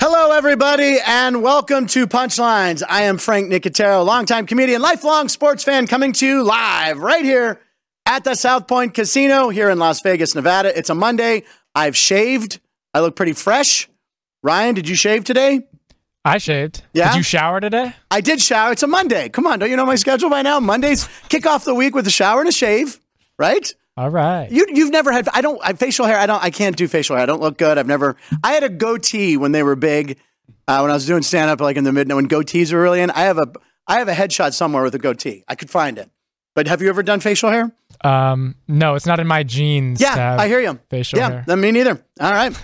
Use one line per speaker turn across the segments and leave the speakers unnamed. everybody, and welcome to Punchlines. I am Frank Nicotero, longtime comedian, lifelong sports fan, coming to you live right here at the South Point Casino here in Las Vegas, Nevada. It's a Monday. I've shaved. I look pretty fresh. Ryan, did you shave today?
I shaved.
Yeah?
Did you shower today?
I did shower. It's a Monday. Come on, don't you know my schedule by now? Mondays kick off the week with a shower and a shave, right?
All right.
You you've never had I don't I facial hair I don't I can't do facial hair I don't look good I've never I had a goatee when they were big uh, when I was doing stand up like in the mid when goatees were really in I have a I have a headshot somewhere with a goatee I could find it but have you ever done facial hair
Um, no, it's not in my genes. to
Yeah
have
I hear you
Facial
yeah
hair.
then me neither all right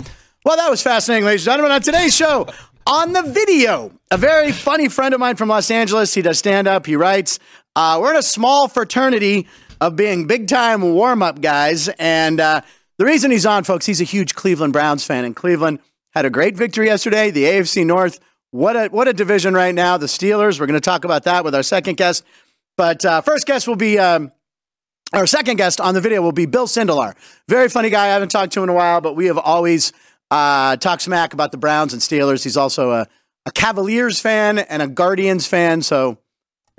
well that was fascinating ladies and gentlemen on today's show on the video a very funny friend of mine from Los Angeles he does stand up he writes uh, we're in a small fraternity of being big time warm up guys and. Uh, the reason he's on, folks, he's a huge Cleveland Browns fan, and Cleveland had a great victory yesterday. The AFC North, what a what a division right now. The Steelers. We're going to talk about that with our second guest, but uh, first guest will be. Um, our second guest on the video will be Bill Sindelar. Very funny guy. I haven't talked to in a while, but we have always uh, talked smack about the Browns and Steelers. He's also a, a Cavaliers fan and a Guardians fan. So,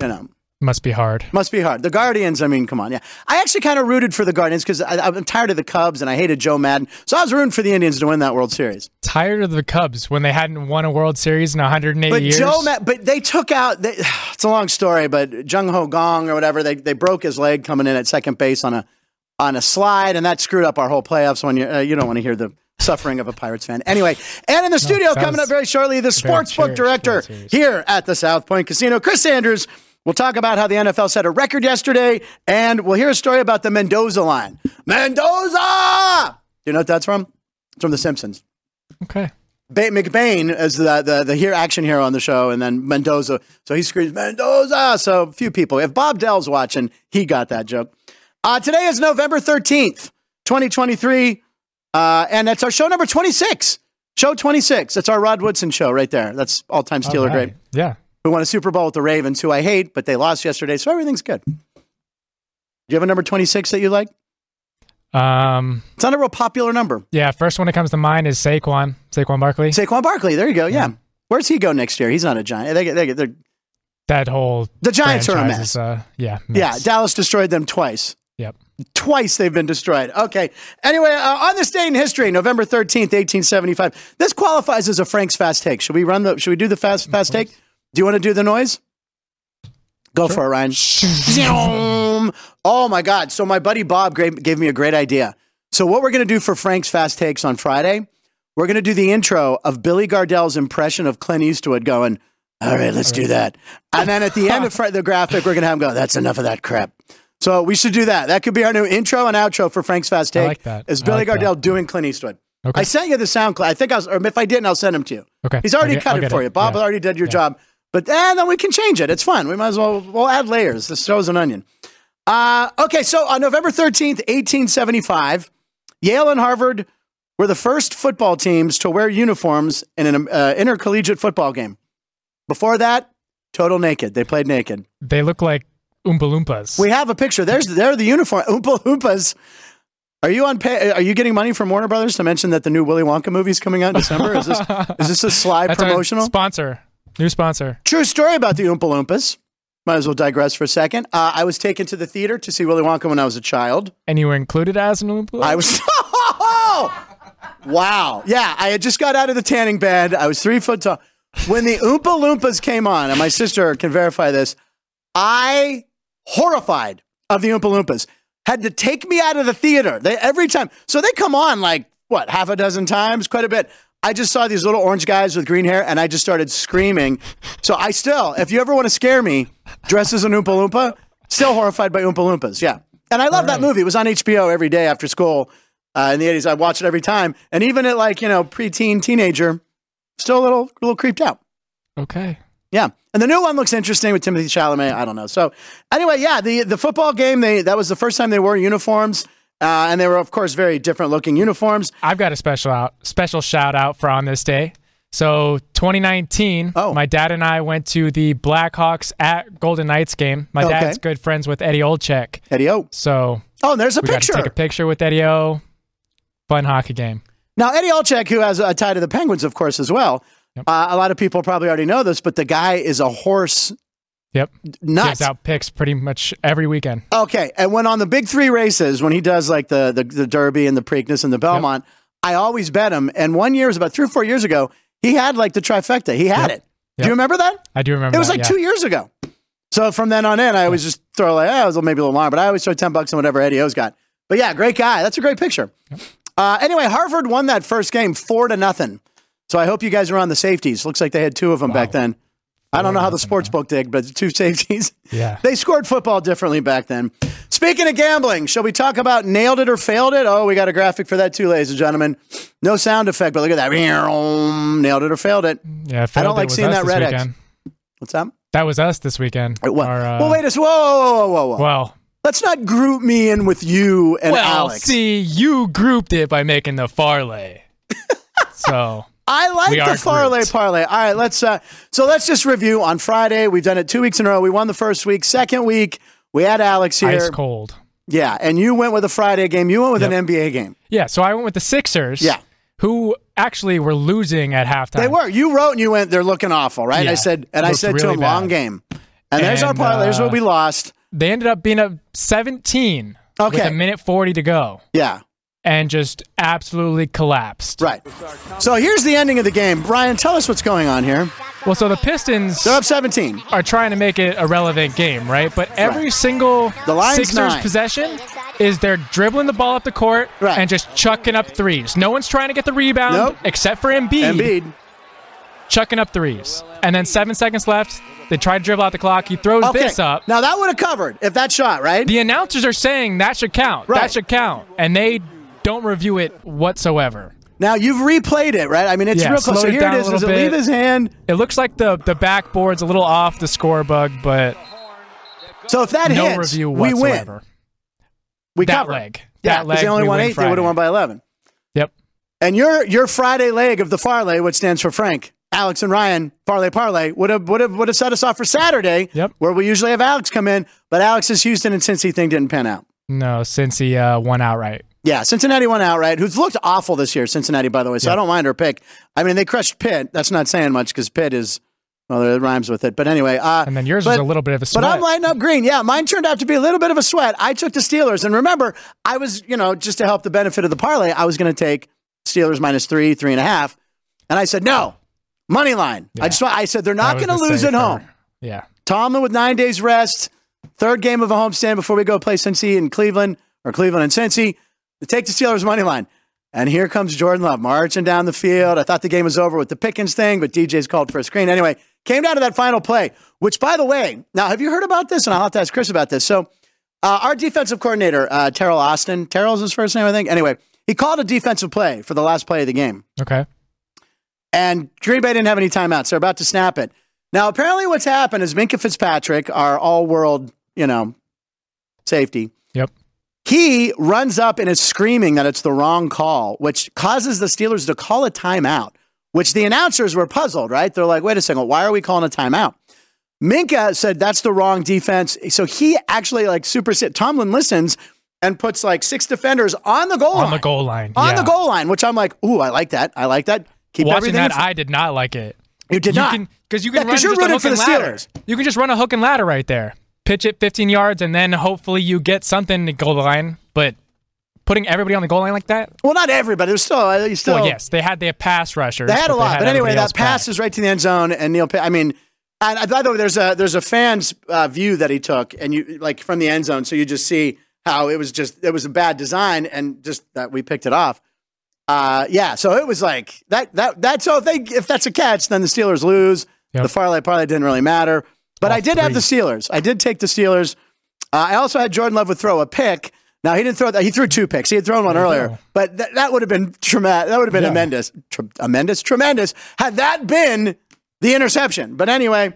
you know,
Must be hard.
must be hard. The Guardians, I mean, come on. Yeah. I actually kind of rooted for the Guardians because I'm tired of the Cubs and I hated Joe Madden. So I was rooting for the Indians to win that World Series.
Tired of the Cubs when they hadn't won a World Series in 108
But
years.
Joe Madden, but they took out, they, it's a long story, but Jung Ho Gong or whatever, they, they broke his leg coming in at second base on a on a slide, and that screwed up our whole playoffs when you, uh, you don't want to hear the suffering of a Pirates fan. Anyway, and in the studio
that
coming up
was
very shortly, the sportsbook
cheers,
director
World Series.
here at the South Point Casino, Chris Andrews. We'll talk about how the NFL set a record yesterday, and we'll hear a story about the Mendoza line. Mendoza! Do you know what that's from? It's from The Simpsons.
Okay.
Ba- McBain as the, the the here action hero on the show, and then Mendoza. So he screams Mendoza. So few people. If Bob Dell's watching, he got that joke. Uh, today is November thirteenth, twenty twenty three, uh, and that's our show number twenty six. Show twenty six. That's our Rod Woodson show right there. That's all time Steeler
All right.
great.
Yeah.
We won a Super Bowl with the Ravens, who I hate, but they lost yesterday, so everything's good. Do you have a number twenty six that you like?
Um,
It's not a real popular number.
yeah. First one that comes to mind is Saquon. Saquon Barkley.
Saquon Barkley. There you go. Yeah. Where's he go next year? He's not a giant. They, they, they're
that whole
The Giants are a
franchise
mess.
is, uh, yeah.
Yeah,
mess.
Dallas destroyed them twice.
Yep.
Twice they've been destroyed. Okay. Anyway, uh, on this day in history, November thirteenth, eighteen seventy-five. This qualifies as a Frank's fast take. Should we run the? Should we do the fast fast take? Do you want to do the noise? Go for it, Ryan. Zoom. oh my God! So my buddy Bob gave, gave me a great idea. So what we're going to do for Frank's fast takes on Friday? We're going to do the intro of Billy Gardell's impression of Clint Eastwood going. All right, let's do that. And then at the end of Fri- the graphic, we're going to have him go, that's enough of that crap. So we should do that. That could be our new intro and outro for Frank's Fast
I
Take.
like that.
Is
I
Billy
like that.
Gardell doing Clint Eastwood?
Okay.
I sent you the sound clip. I think I was, or if I didn't, I'll send him to you.
Okay.
He's already
I'll get-
cut
I'll
it
get
for
it.
you. Bob
Yeah.
already did your job. But eh, then we can change it. It's fun. We might as well, we'll add layers. This show's an onion. Uh, okay, so on November 13th, 1875, Yale and Harvard were the first football teams to wear uniforms in an uh, intercollegiate football game. Before that, total naked. They played naked.
They look like Oompa Loompas.
We have a picture. There's they're the uniform Oompa Loompas. Are you on? Pay, are you getting money from Warner Brothers to mention that the new Willy Wonka movie's coming out in December? Is this is this a sly
That's our
promotional?
sponsor. New sponsor.
True story about the Oompa Loompas. Might as well digress for a second. Uh, I was taken to the theater to see Willy Wonka when I was a child.
And you were included as an Oompa Loompa?
I was. wow. Yeah, I had just got out of the tanning bed. I was three foot tall. When the Oompa Loompas came on, and my sister can verify this, I horrified of the Oompa Loompas. Had to take me out of the theater they, every time. So they come on like what half a dozen times, quite a bit. I just saw these little orange guys with green hair, and I just started screaming. So I still, if you ever want to scare me, dress as an Oompa Loompa. Still horrified by Oompa Loompas. Yeah, and I love that movie. It was on HBO every day after school uh, in the eighties. I watched it every time, and even at like you know preteen teenager, still a little a little creeped out.
okay.
Yeah, and the new one looks interesting with Timothy Chalamet. I don't know. So anyway, yeah, the the football game they that was the first time they wore uniforms, uh, and they were of course very different looking uniforms.
I've got a special out special shout out for on this day. So 2019,
Oh.
my dad and I went to the Blackhawks at Golden Knights game. My
Okay.
dad's good friends with Eddie Olczyk.
Eddie O.
So
Oh, and there's a
we got to
picture
take a picture with Eddie O. Fun hockey game.
now. Eddie Olczyk, who has a tie to the Penguins, of course, as well. Uh, a lot of people probably already know this, but the guy is a horse
Yep.
nut.
Gives out picks pretty much every weekend.
Okay, and when on the big three races, when he does like the the, the Derby and the Preakness and the Belmont, I always bet him. And one year it was about three or four years ago. He had like the trifecta. He had it. Do
Yep.
you remember that?
I do remember.
It was
that,
like
yeah.
two years ago. So from then on in, I always just throw like, oh, it was maybe a little more, but I always throw ten bucks on whatever Eddie O's got. But yeah, great guy. That's a great picture. Uh, anyway, Harvard won that first game four to nothing. So I hope you guys are on the safeties. Looks like they had two of them back then. I don't know how the sports book did, but two safeties.
Yeah.
They scored football differently back then. Speaking of gambling, shall we talk about nailed it or failed it? Oh, we got a graphic for that too, ladies and gentlemen. No sound effect, but look at that. Nailed it or failed it.
Yeah. Phil,
don't
that
like
was
seeing
us
that
this
red X.
weekend.
What's up?
That was us this weekend.
It was.
Our, uh,
well, wait a s- Whoa, whoa, whoa, whoa, whoa.
Well,
Let's not group me in with you and
well,
Alex.
see, you grouped it by making the farley. so
I
We
like
are
the farley
grouped.
parlay. All right, let's. Uh, so let's just review. On Friday, we've done it two weeks in a row. We won the first week. Second week, we had Alex here.
ice cold.
Yeah, and you went with a Friday game. You went with
Yep.
an NBA game.
Yeah. So I went with the Sixers.
Yeah.
Who actually were losing at halftime.
They were. You wrote and you went. They're looking awful, right? I
Yeah,
said, and I
looked
said to
really
him, long
bad.
game. And, there's our
And,
parlay. there's
uh,
what we lost.
They ended up being up 17 with
Okay.
a minute 40 to go
Yeah,
and just absolutely collapsed.
right. So here's the ending of the game. Brian, tell us what's going on here.
Well, so the Pistons
They're up 17.
are trying to make it a relevant game, right? But every single
The line's
Sixers
nine.
possession is they're dribbling the ball up the court
Right.
and just chucking up threes. No one's trying to get the rebound
Nope.
except for Embiid,
Embiid.
chucking up threes. And then seven seconds left. They try to dribble out the clock. He throws
Okay.
this up.
Now that would have covered if that shot, right?
the announcers are saying that should count.
Right.
That should count. And they don't review it whatsoever.
Now you've replayed it, right? I mean, it's
Yeah,
real close. So
slowed it
here
down
it
a
is.
little
Does it leave
bit.
his hand?
It looks like the the backboard's a little off the score bug, but
So if that
no
hits,
review
we
whatsoever.
win. We
That
cover.
leg.
Yeah,
That
'cause
leg
They only
we
won
win
eight. They would have
Friday.
won by eleven.
Yep.
And your your Friday leg of the farley, which stands for Frank, Alex, and Ryan, farley parlay, would have would have would have set us off for Saturday,
Yep.
where we usually have Alex come in. But Alex's Houston and Cincy thing didn't pan out.
No, since he uh, won outright.
Yeah, Cincinnati won outright. Who's looked awful this year, Cincinnati, by the way. So I don't mind her pick. I mean, they crushed Pitt. That's not saying much because Pitt is well, it rhymes with it. But anyway, uh,
And then yours
but-
was a little bit of a sweat.
But I'm lighting up green. Yeah, mine turned out to be a little bit of a sweat. I took the Steelers. And remember, I was, you know, just to help the benefit of the parlay, I was going to take Steelers minus three, three and a half. And I said, no, money line. I just, I said, they're
That
not
was
going to
the
lose at
safer.
home.
Yeah.
Tomlin with nine days rest. Third game of a homestand before we go play Cincy in Cleveland or Cleveland and Cincy. They take the Steelers money line. And here comes Jordan Love marching down the field. I thought the game was over with the Pickens thing, but DJ's called for a screen. Anyway, came down to that final play, which, by the way, now have you heard about this? And I'll have to ask Chris about this. So, uh, our defensive coordinator, uh, Terrell Austin, Terrell's his first name, I think. Anyway, he called a defensive play for the last play of the game
Okay.
and Green Bay didn't have any timeouts. They're about to snap it. Now, apparently, what's happened is Minka Fitzpatrick, our all-world, you know, safety,
Yep.
he runs up and is screaming that it's the wrong call, which causes the Steelers to call a timeout. Which the announcers were puzzled, right? They're like, "Wait a second, why are we calling a timeout?" Minka said that's the wrong defense, so he actually like supersede. Tomlin listens and puts like six defenders on the goal
On
line,
the goal line.
on
yeah.
the goal line, which I'm like, "Ooh, I like that. I like that." Keep
Watching
everything in
that,
front-
I did not like it.
you did
you
not.
can because you
Yeah,
can
'cause
run
you're
just a
rooting
hook
for
and
the
ladder.
Steelers.
You can just run a hook and ladder right there. Pitch it 15 yards, and then hopefully you get something to goal line. But putting everybody on the goal line like that,
Well, not everybody. There's still, uh, you still.
well, yes, they had their pass rushers.
they had a
but
lot, but
everybody
anyway,
else
that
back.
pass is right to the end zone, and Neil. Pa- I mean, and uh, by the way, there's a there's a fan's uh, view that he took, and you like from the end zone, so you just see how it was just it was a bad design, and just that we picked it off. Uh, yeah, so it was like that that that. So if they if that's a catch, then the Steelers lose.
Yep.
The parlay parlay didn't really matter, but I
Off
did have the Steelers. I did take the Steelers. Uh, I also had Jordan Love would throw a pick. Now he didn't throw that. He threw two picks. He had thrown one earlier,
go.
but th- that would have been traumatic. That would have been
Yeah.
tremendous, tr- tremendous, tremendous. Had that been the interception, but anyway,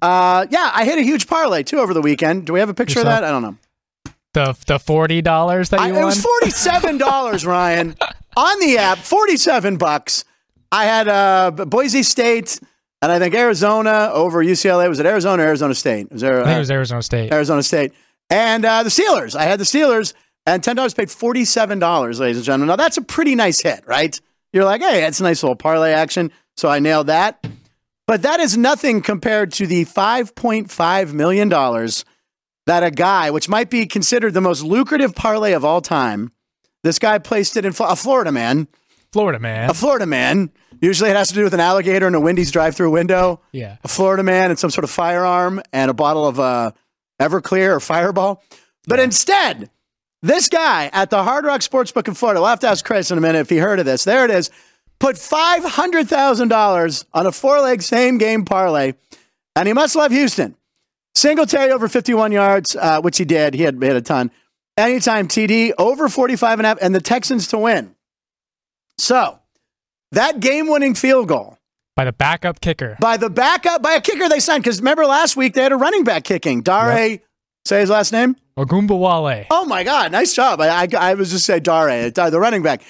uh, yeah, I hit a huge parlay too over the weekend. Do we have a picture of
Yourself?
that? I don't know.
The the forty dollars that
I,
you
it
won.
was forty seven dollars, Ryan, on the app. Forty seven bucks. I had uh, B- Boise State and I think Arizona over UCLA. Was it Arizona? or Arizona State? It Was there,
I think it was Arizona State.
Arizona State, and uh, the Steelers. I had the Steelers, and ten dollars paid forty seven dollars, ladies and gentlemen. Now that's a pretty nice hit, right? You're like, hey, that's a nice little parlay action. So I nailed that. But that is nothing compared to the $5.5 million that a guy, which might be considered the most lucrative parlay of all time, this guy placed it in Fl- a Florida man.
Florida man.
A Florida man. Usually it has to do with an alligator and a Wendy's drive through window.
yeah.
A Florida man and some sort of firearm and a bottle of uh, Everclear or Fireball. But instead, this guy at the Hard Rock Sportsbook in Florida, we'll have to ask Chris in a minute if he heard of this. There it is. Put $500,000 on a four leg same game parlay, and he must love Houston. Singletary over 51 yards, uh, which he did. He had, he had a ton. Anytime TD over 45 and a half, and the Texans to win. So that game winning field goal
By the backup kicker.
by the backup by a kicker they signed because remember last week they had a running back kicking Dare say his last name
Ogumba Wale.
oh my god nice job I, I, I was just say Dare uh, the running back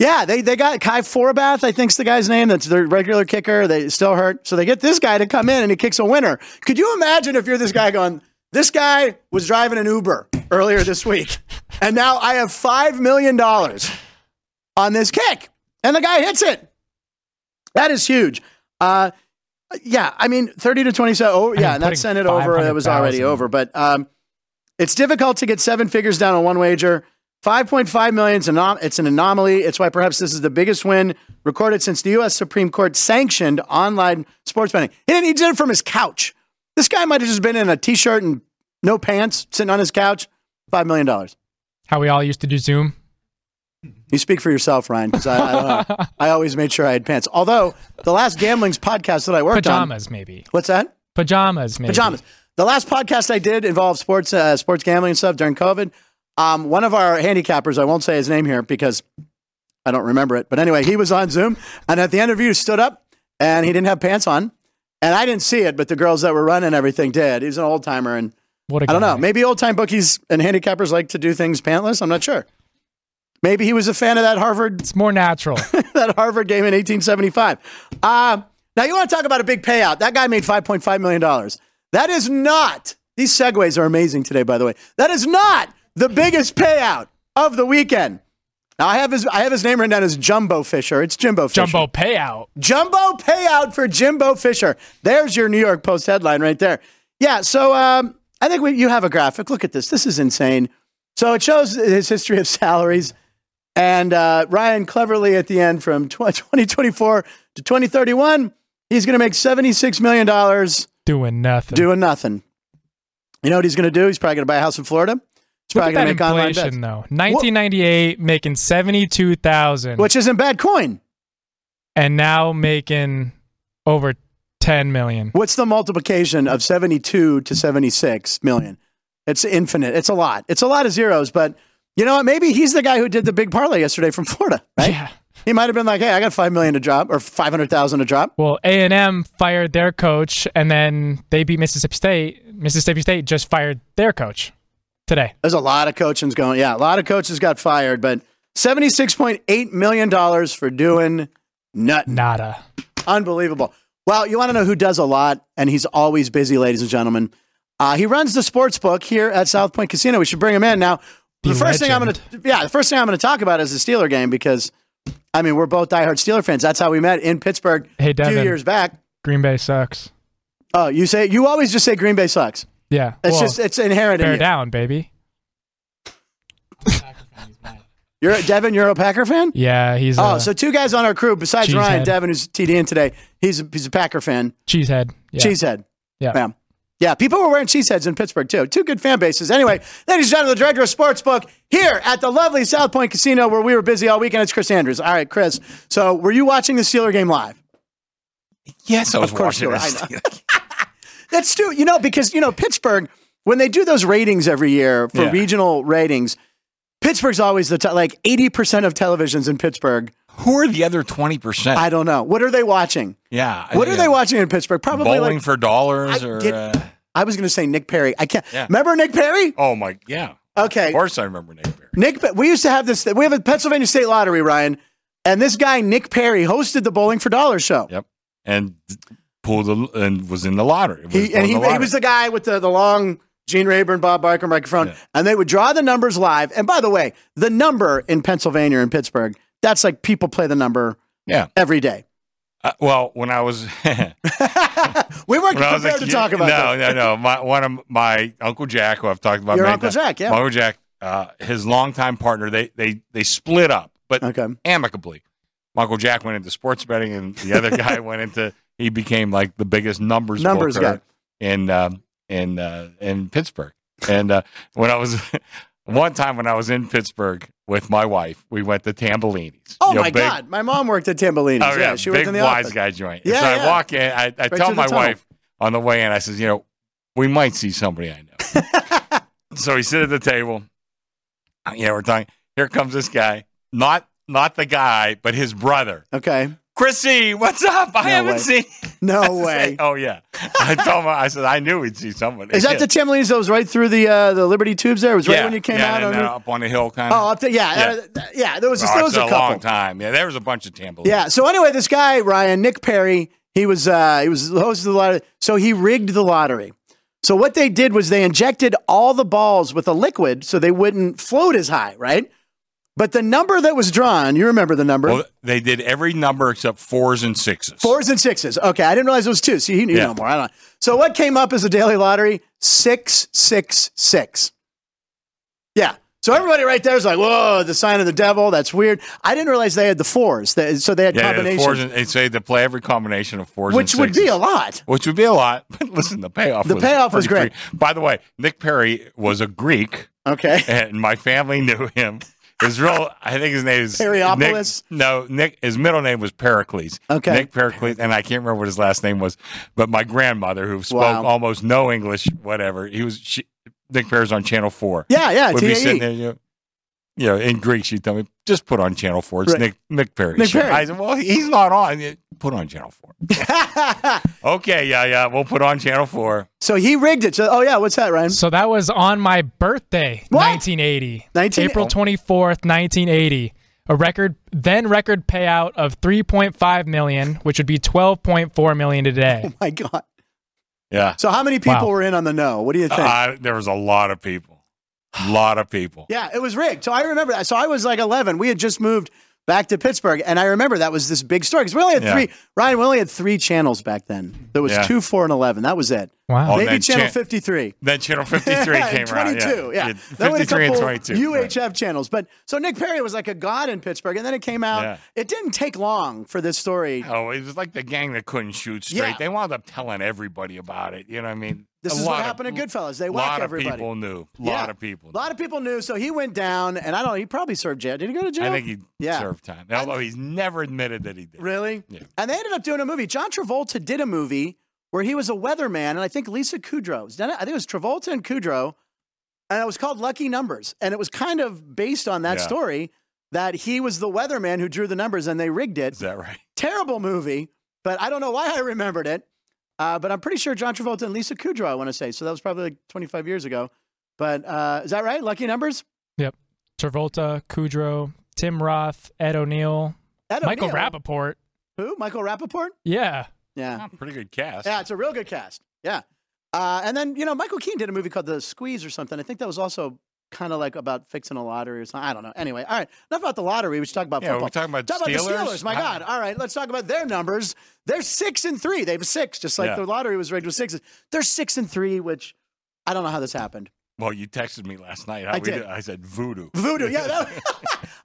yeah they they got Kai Forbath I think's the guy's name that's their regular kicker they still hurt so they get this guy to come in and he kicks a winner could you imagine if you're this guy going this guy was driving an Uber earlier this week and now I have five million dollars on this kick and the guy hits it that is huge. Uh, yeah, I mean, 30 to 27. Oh, yeah, and that
putting
sent it over. It was
500,000.
already over. But um, it's difficult to get seven figures down on one wager. 5.5 million, is anom- it's an anomaly. It's why perhaps this is the biggest win recorded since the U.S. Supreme Court sanctioned online sports betting. He, didn't, he did it from his couch. This guy might have just been in a t shirt and no pants, sitting on his couch. $5 million.
How we all used to do Zoom.
You speak for yourself, Ryan, because I, I, don't know. I always made sure I had pants. Although, the last gambling's podcast that I worked on.
Pajamas, maybe.
What's that?
Pajamas, maybe.
pajamas. The last podcast I did involved sports, uh, sports gambling and stuff during COVID. Um, one of our handicappers, I won't say his name here because I don't remember it, but anyway, he was on Zoom, and at the interview, stood up and he didn't have pants on, and I didn't see it, but the girls that were running everything did. He's an old timer, and
What a
I don't know,
guy.
maybe old time bookies and handicappers like to do things pantless. I'm not sure. Maybe he was a fan of that Harvard
It's more natural.
that Harvard game in 1875. Um, now you want to talk about a big payout? That guy made 5.5 million dollars. That is not. These segues are amazing today, by the way. That is not the biggest payout of the weekend. Now I have his I have his name written down as Jumbo Fisher. It's Jimbo Fisher.
Jumbo payout.
Jumbo payout for Jimbo Fisher. There's your New York Post headline right there. Yeah, so um, I think we, you have a graphic. Look at this. This is insane. So it shows his history of salaries. And uh, Ryan cleverly at the end from tw- 2024 to 2031, he's going to make $76 million
Doing nothing.
doing nothing. You know what he's going to do? He's probably going to buy a house in Florida. He's
Look
probably
at
going
that
to make online bets,
inflation, though. 1998, making 72000
which isn't bad coin.
and now making over 10 million.
What's the multiplication of 72 to 76 million? It's infinite. It's a lot. It's a lot of zeros, but you know what? Maybe he's the guy who did the big parlay yesterday from Florida, right?
Yeah.
He might have been like, hey, I got 5 million to drop or 500,000 to drop.
Well, A and M fired their coach, and then they beat Mississippi State. Mississippi State just fired their coach today.
There's a lot of coaching's going. Yeah, a lot of coaches got fired, but $76.8 million for doing nothing.
Nada.
Unbelievable. Well, you want to know who does a lot, and he's always busy, ladies and gentlemen. Uh, he runs the sports book here at South Point Casino. We should bring him in now. The,
The
first thing I'm going
legend.
to, yeah, the first thing I'm going to talk about is the Steeler game because, I mean, we're both diehard Steeler fans. That's how we met in Pittsburgh
Hey,
a few
Devin.
years back.
Green Bay sucks.
Oh, you say you always just say Green Bay sucks.
Yeah.
It's
well,
just it's inherent in
bear
you.
down, baby.
You're Devin. You're a Packer fan.
Yeah, he's
Oh,
a
so two guys on our crew besides
Cheesehead.
Ryan Devin, who's TDN today. He's a, he's a Packer fan.
cheesehead. Yeah.
Cheesehead.
Yeah.
Yeah. Yeah, people were wearing cheeseheads in Pittsburgh too. Two good fan bases. Anyway, ladies and gentlemen, the director of Sportsbook here at the lovely South Point Casino where we were busy all weekend. It's Chris Andrews. All right, Chris. So were you watching the Steeler game live?
Yes, I was
course
watching
you were.
this.
I That's true. You know, because, you know, Pittsburgh, when they do those ratings every year for
Yeah.
regional ratings, Pittsburgh's always the top, like 80% of televisions in Pittsburgh.
Who are the other twenty percent?
I don't know. What are they watching?
Yeah. I
What
think
are they
I'm
watching in Pittsburgh? Probably
Bowling
like,
for dollars
I
or?
did-
uh,
I was going to say Nick Perry. I can't.
Yeah.
Remember Nick Perry?
oh my, yeah.
Okay.
Of course, I remember Nick Barry.
Nick, we used to have this. We have a Pennsylvania State Lottery, Ryan, and this guy Nick Perry hosted the Bowling for Dollars show.
Yep. And pulled the, and was in the lottery. Was
He,
on
and he,
the lottery.
he was the guy with the, the long Gene Rayburn, Bob Barker microphone,
Yeah.
and they would draw the numbers live. And by the way, the number in Pennsylvania and Pittsburgh, that's like people play the number
yeah.
every day.
Uh, well, when I was
We weren't
when I was
prepared
a
to
kid-
talk about
no,
that.
no, no. My one of my uncle Jack, who I've talked about.
Your
many
Uncle
times-
Jack, yeah.
My uncle Jack, uh, his longtime partner. They they they split up, but
Okay.
amicably. My uncle Jack went into sports betting, and the other guy went into. He became like the biggest numbers
Numbers
booker
guy.
in um, in uh, in Pittsburgh. And uh, when I was one time when I was in Pittsburgh with my wife, we went to Tambellini's.
Oh
You know,
my
big-
God, my mom worked at Tambellini's.
Oh,
yeah, she worked
big
in the
wise
office.
guy joint.
Yeah,
so I
yeah.
walk in, I, I
through
tell
the
my
tunnel.
wife on the way in, I says, you know, we might see somebody I know. so we sit at the table. You know, we're talking. Here comes this guy, not not the guy, but his brother,
Okay,
Chrissy. What's up? I
No
haven't
way.
seen.
no way.
oh yeah, I told my. I said I knew we'd see somebody.
Is that the Tambellini's that was right through the uh, the Liberty tubes? There It was right
yeah.
when you came
yeah,
out.
and
on
then
the-
up on the hill, kind
Oh,
of.
up to, yeah,
Yeah.
yeah. Uh, th- yeah. There was,
Oh,
there
it's
was a
a,
couple.
long time. Yeah, there was a bunch of Tampa.
Yeah. So anyway, this guy Ryan Nick Perry, he was uh, he was the host of the lottery. So he rigged the lottery. So what they did was they injected all the balls with a liquid so they wouldn't float as high, right? But the number that was drawn, you remember the number.
Well, they did every number except fours and sixes.
Fours and sixes. Okay, I didn't realize it was two. So you, you
Yeah.
know more. I don't. So what came up as the daily lottery? Six, six, six. Yeah. So everybody right there is like, "Whoa, the sign of the devil." That's weird. I didn't realize they had the fours. They- So they had
Yeah, the
combinations,
fours and, they say to play every combination of fours,
which
and
would be
sixes,
a lot.
which would be a lot. But listen, the payoff
The
was
payoff was
pretty
great.
free. By the way, Nick Perry was a Greek,
Okay.
and my family knew him. His real, I think his name is
Periopolis?
Nick, no, Nick. His middle name was Pericles.
Okay.
Nick Pericles, and I can't remember what his last name was. But my grandmother, who spoke
Wow.
almost no English, whatever, he was. She, Nick Perry's on Channel Four.
Yeah, yeah. E.
would be sitting
TAE.
there, you know, you know, in Greek, she'd tell me, just put on Channel 4. It's
Right.
Nick, Nick Perry.
Nick
show."
Perry.
I said, well, he's not on. Yeah, Put on Channel 4. okay, yeah, yeah, we'll put on Channel 4.
so he rigged it. So, oh yeah, what's that, Ryan?
So that was on my birthday,
What? oh.
1980.
19
April 24th, 1980. A record then record payout of 3.5 million, which would be 12.4 million today.
My God.
Yeah.
So how many people
Wow.
were in on the no? What do you think?
Uh, there was a lot of people. A lot of people.
Yeah, it was rigged. So I remember that. So I was like 11. We had just moved back to Pittsburgh, and I remember that was this big story because we only had
Yeah.
three. Ryan, we only had three channels back then. There was
Yeah.
two, four, and 11. That was it.
Wow.
Oh,
Maybe
then
channel
chan-
53.
Then Channel 53
Yeah,
came around.
22, yeah. That was a
53 and
couple
22.
UHF channels. But so Nick Perry was like a god in Pittsburgh, and then it came out.
Yeah.
It didn't take long for this story.
Oh, it was like the gang that couldn't shoot straight.
Yeah.
They wound up telling everybody about it. You know what I mean?
This
A
is what
lot of-
happened to Goodfellas. They
A
whack
lot of
everybody.
people knew. A
Yeah.
lot of people.
A lot of people knew, so he went down, and I don't know. He probably served jail. Did he go to jail?
I think he
Yeah.
served time. Although he's never admitted that he did.
Really?
Yeah.
And they ended up doing a movie. John Travolta did a movie where he was a weatherman, and I think Lisa Kudrow was done it. I think it was Travolta and Kudrow, and it was called Lucky Numbers, and it was kind of based on that
Yeah.
story that he was the weatherman who drew the numbers, and they rigged it.
Is that right?
Terrible movie, but I don't know why I remembered it. Uh, but I'm pretty sure John Travolta and Lisa Kudrow, I want to say. So that was probably like 25 years ago. But uh, is that right? Lucky Numbers?
Yep. Travolta, Kudrow, Tim Roth, Ed O'Neill,
Ed
Michael
O'Neill.
Rappaport.
Who? Michael Rappaport?
Yeah.
Yeah.
Ah, pretty good cast.
Yeah, it's a real good cast. Yeah. Uh, and then, you know, Michael Keaton did a movie called The Squeeze or something. I think that was also kind of like about fixing a lottery or something. I don't know. Anyway, all right. Enough about the lottery. We should talk about
Yeah,
football.
we're talking about
talk
Steelers.
about the Steelers. My
How-
God. All right. Let's talk about their numbers. They're six and three. They have six, just like
Yeah.
the lottery was rigged with sixes. They're six and three, which I don't know how this happened.
Well, you texted me last night. How
I
we
did.
I said voodoo.
Voodoo. Yeah. That,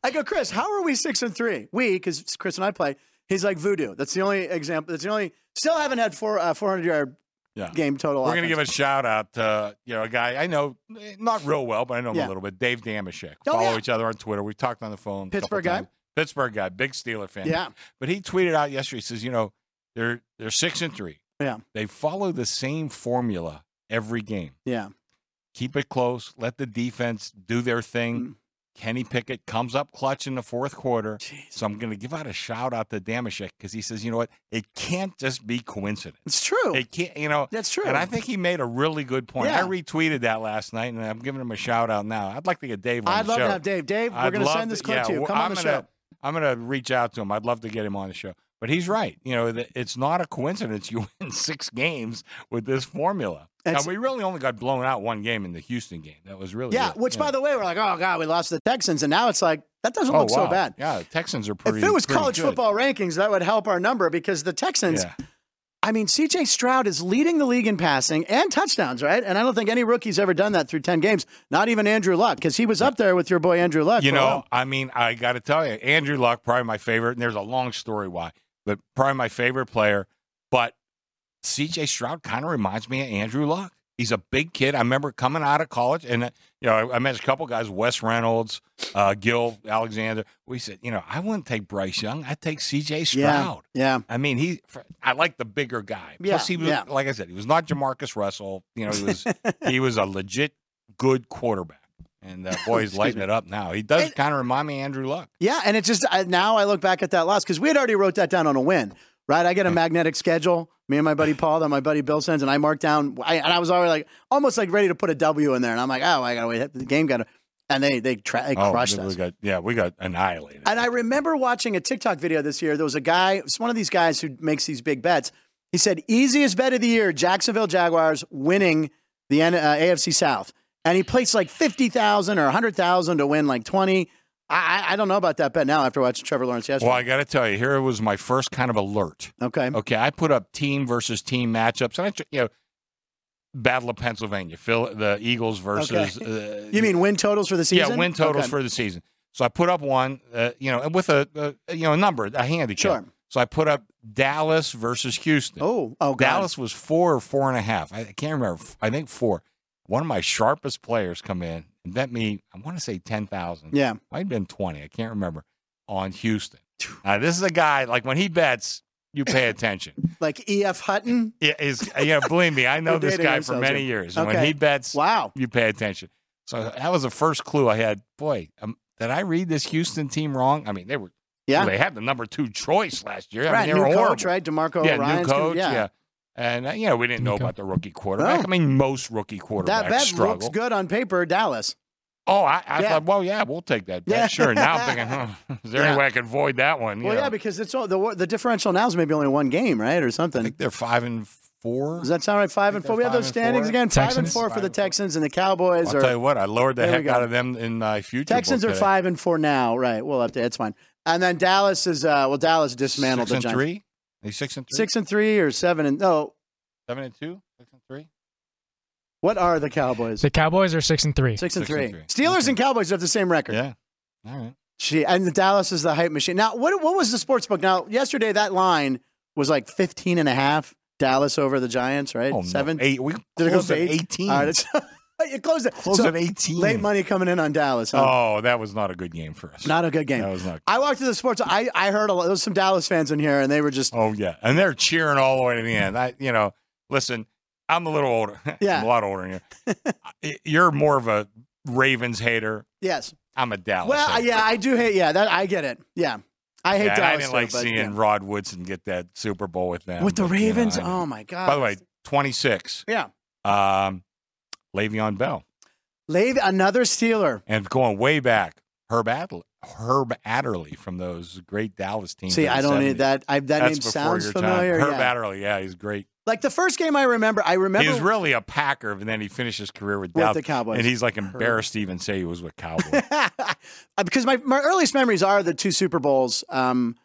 I go, Chris, how are we six and three? We, because Chris and I play. He's like voodoo. That's the only example. That's the only. Still haven't had four uh, 400 yard
Yeah.
game total.
We're going to
offense.
give a shout out to you know a guy I know eh, not real well, but I know him
Yeah.
a little bit. Dave Damashek.
Oh,
Follow
yeah.
each other on Twitter. We've talked on the phone. a couple
Pittsburgh guy?
times. Pittsburgh guy, big Steeler fan.
Yeah.
But he tweeted out yesterday. He says, you know, they're they're six and three.
Yeah.
They follow the same formula every game.
Yeah.
Keep it close. Let the defense do their thing.
Mm.
Kenny Pickett comes up clutch in the fourth quarter.
Jeez.
So I'm going to give out a shout out to Damashek because he says, you know what? It can't just be coincidence.
It's true.
It can't, you know.
That's Oh. true.
And I think he made a really good point.
Yeah.
I retweeted that last night, and I'm giving him a shout out now. I'd like to get Dave on
I'd
the
love
show.
to have Dave. Dave, we're
I'd
going to
love
send this clip
yeah,
to you.
well,
Come
I'm
on the
gonna,
show.
I'm going to reach out to him. I'd love to get him on the show. But But he's right. You know, that it's not a coincidence you win six games with this formula.
That's-
now, we oh, really only got blown out one game in the Houston game. That was really
Yeah,
it.
which by the way, we're like, oh god, we lost to the Texans, and now it's like that doesn't
oh,
look
wow.
so bad.
Yeah, the Texans are pretty.
if it was
pretty
college
good.
football rankings, that would help our number because the Texans.
Yeah.
I mean, CJ Stroud is leading the league in passing and touchdowns, right? And I don't think any rookie's ever done that through ten games. Not even Andrew Luck, because he was up there with your boy Andrew Luck.
You
for a
know,
while.
I mean, I got to tell you, Andrew Luck, probably my favorite, and there's a long story why, but probably my favorite player. But CJ Stroud kind of reminds me of Andrew Luck. He's a big kid. I remember coming out of college, and uh, you know, I, I met a couple guys, Wes Reynolds, uh, Gil Alexander. We said, you know, I wouldn't take Bryce Young. I'd take CJ Stroud.
yeah,
I mean, he. fr- I like the bigger guy. Plus,
Yeah,
he was
yeah.
like I said, he was not Jamarcus Russell. You know, he was he was a legit good quarterback. And uh, boy, he's
Excuse
lighting
me.
it up now. He does
And-
kind of remind me of Andrew Luck.
yeah. And it just I, now I look back at that loss because we had already wrote that down on a win, right? I get a magnetic schedule. Me and my buddy Paul, that my buddy Bill sends, and I mark down. I, and I was already like almost like ready to put a W in there, and I'm like, oh, I gotta wait. The game got to, and they they, tra- they crushed
Oh, we
us.
got yeah, we got annihilated.
And I remember watching a TikTok video this year. There was a guy, it's one of these guys who makes these big bets. He said, easiest bet of the year, Jacksonville Jaguars winning the N- uh, AFC South. And he placed like 50,000 or 100,000 to win like 20. I, I- I don't know about that bet now after watching Trevor Lawrence yesterday.
well, I Oh, got to tell you, here was my first kind of alert.
okay.
Okay, I put up team versus team matchups, and I tr- you know, Battle of Pennsylvania, Phil, the Eagles versus uh,
You mean win totals for the season?
Yeah, win totals
Okay.
for the season. So I put up one, uh, you know, with a, a you know a number, a handicap.
Sure.
So I put up Dallas versus Houston.
Oh, oh, God.
Dallas was four or four and a half. I I can't remember. F- I think four. One of my sharpest players come in and bet me. I want to say ten thousand.
Yeah.
might have been twenty. I can't remember. On Houston. Now this is a guy like when he bets, you pay attention.
Like E.F. Hutton.
Yeah, is yeah. Believe me, I know
We're
this
dating
guy for
ourselves
many
here.
years. And
Okay.
When he bets,
Wow.
you pay attention. So that was the first clue I had. Boy, um, did I read this Houston team wrong? I mean, they were
Yeah.
they had the number two choice last year. I
right.
mean,
new
they were
coach,
horrible.
right? DeMarco
Yeah,
Ryan's
new
gonna-
coach. Yeah. And uh, you know we didn't
New
know
coach.
about the rookie quarterback.
No.
I mean, most rookie quarterbacks
That bet
struggle.
looks good on paper, Dallas.
Oh, I, I
Yeah.
thought, well, yeah, we'll take that. bet.
Yeah.
Sure. Now I'm thinking, huh, is there
Yeah.
any way I can void that one? You
Well,
know?
yeah, because it's all, the the differential now is maybe only one game, right, or
I
something.
think they're five and four.
Does that sound right? Five and
they're
four. We have
five
those
and
standings
four.
again. Five and
Texans?
four for
Five
the
and four.
Texans and the Cowboys
I'll tell
are.
you what, I lowered the
There we
heck
go.
out of them in uh, future. book
Texans are
today.
five and four now, right? We'll update. That's fine. And then Dallas is uh, well, Dallas dismantled
Six
the Giants.
and three. They six and three.
Six and three or seven and no.
Seven and two. Six and three.
What are the Cowboys?
The Cowboys are six and three.
Six and
Six and
three.
three.
Steelers
Okay.
and Cowboys have the same record.
Yeah. All right.
Gee, and the Dallas is the hype machine. Now, what what was the sports book? Now, yesterday that line was like 15 and a half. Dallas over the Giants, right?
Oh, no.
Seven.
Eight. We
Did it go
closed
to
at
eight?
18.
All right, it's, you closed it.
closed
So,
at 18.
late money coming in on Dallas. Huh?
Oh, that was not a good game for us.
Not a good game.
That was not.
I walked through the sports. I, I heard a lot. There was some Dallas fans in here, and they were just
Oh, yeah. And they're cheering all the way to the end. I, you know, listen, I'm a little older.
Yeah.
I'm a lot older than you. You're more of a Ravens hater.
yes.
I'm a Dallas
well,
hater.
yeah, I do hate. Yeah, that I get it. Yeah, I hate
Yeah, and
Dallas.
I didn't
too,
like
but,
seeing
yeah.
Rod Woodson get that Super Bowl with them.
with the
but, you know,
Ravens.
I know.
oh my god.
By the way, 26.
yeah,
Um, Le'Veon Bell.
Lave another Steeler.
And going way back, Herb Adler, Herb Adderley from those great Dallas teams.
See,
of the
I don't
70s.
need that. I, that
That's
name
before
sounds
your
familiar.
Time. Herb
yeah.
Adderley, yeah, he's great.
Like the first game I remember. I remember
he was really a Packer, and then he finished his career with
with
Dallas.
the Cowboys.
and he's like embarrassed to even say he was with Cowboys.
because my, my earliest memories are the two Super Bowls um,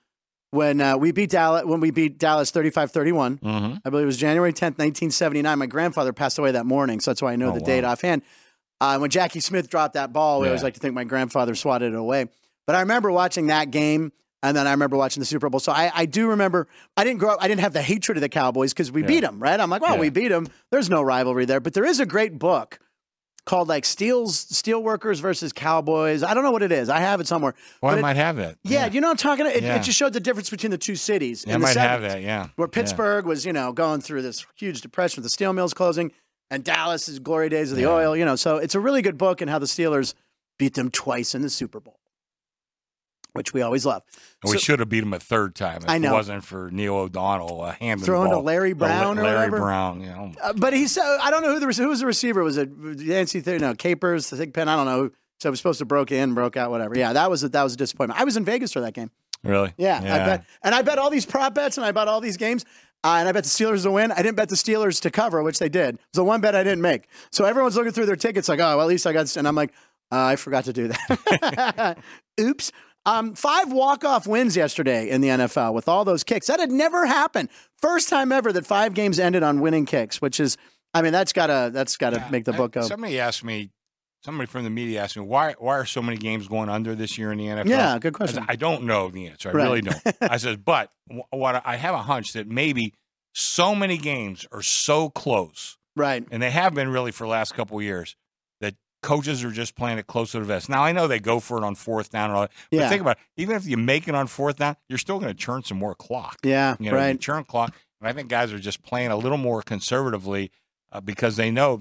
when uh, we beat Dallas when we beat Dallas 35-31.
mm-hmm.
I believe it was January 10th, 1979. My grandfather passed away that morning, so that's why I know
Oh,
the
wow.
date offhand. Uh, when Jackie Smith dropped that ball, we always
Yeah.
like to think my grandfather swatted it away. But I remember watching that game, and then I remember watching the Super Bowl. So I, I do remember, I didn't grow up, I didn't have the hatred of the Cowboys because we
Yeah.
beat them, right? I'm like, well, we
Yeah.
beat them. There's no rivalry there. But there is a great book called like Steel's Steel Workers versus Cowboys. I don't know what it is. I have it somewhere.
Well,
But
I
it-
might have that.
Yeah, you know what I'm talking about? It,
Yeah.
it just showed the difference between the two cities.
Yeah, I
in the
might
70s
have that. Yeah,
where
Yeah.
Pittsburgh was, you know, going through this huge depression with the steel mills closing, and Dallas is glory days of the
Yeah.
oil, you know. So it's a really good book and how the Steelers beat them twice in the Super Bowl, which we always love.
And we
So-
should have beat him a third time. If
I know.
it wasn't for Neil O'Donnell uh, handing
Throwing
the
to
ball.
Larry
Oh,
Brown or
Larry
whatever.
Brown. You know,
Uh, but he said, I don't know who the rec- who was the receiver was it Yancey Th- no Capers the thick pen I don't know so it was supposed to broke in broke out whatever yeah that was a, that was a disappointment I was in Vegas for that game
Really?
Yeah, I bet. And I bet all these prop bets, and I bet all these games, uh, and I bet the Steelers to win. I didn't bet the Steelers to cover, which they did. It's the one bet I didn't make. So everyone's looking through their tickets, like, oh, well, at least I got. this," And I'm like, uh, I forgot to do that. Oops. Um, five walk-off wins yesterday in the NFL with all those kicks. That had never happened. First time ever that five games ended on winning kicks, which is, I mean, that's gotta that's gotta make the
I-
book go.
Somebody asked me, somebody from the media asked me, why why are so many games going under this year in the NFL?
Yeah, good
I, said,
question.
I don't know the answer. I
Right.
really don't. I said, but wh- what I have a hunch that maybe so many games are so close,
Right.
and they have been really for the last couple of years, that coaches are just playing it close to the vest. Now I know they go for it on fourth down and all that, but
Yeah.
think about it. Even if you make it on fourth down, you're still going to churn some more clock.
Yeah.
You know, you
right.
churn clock. And I think guys are just playing a little more conservatively uh, because they know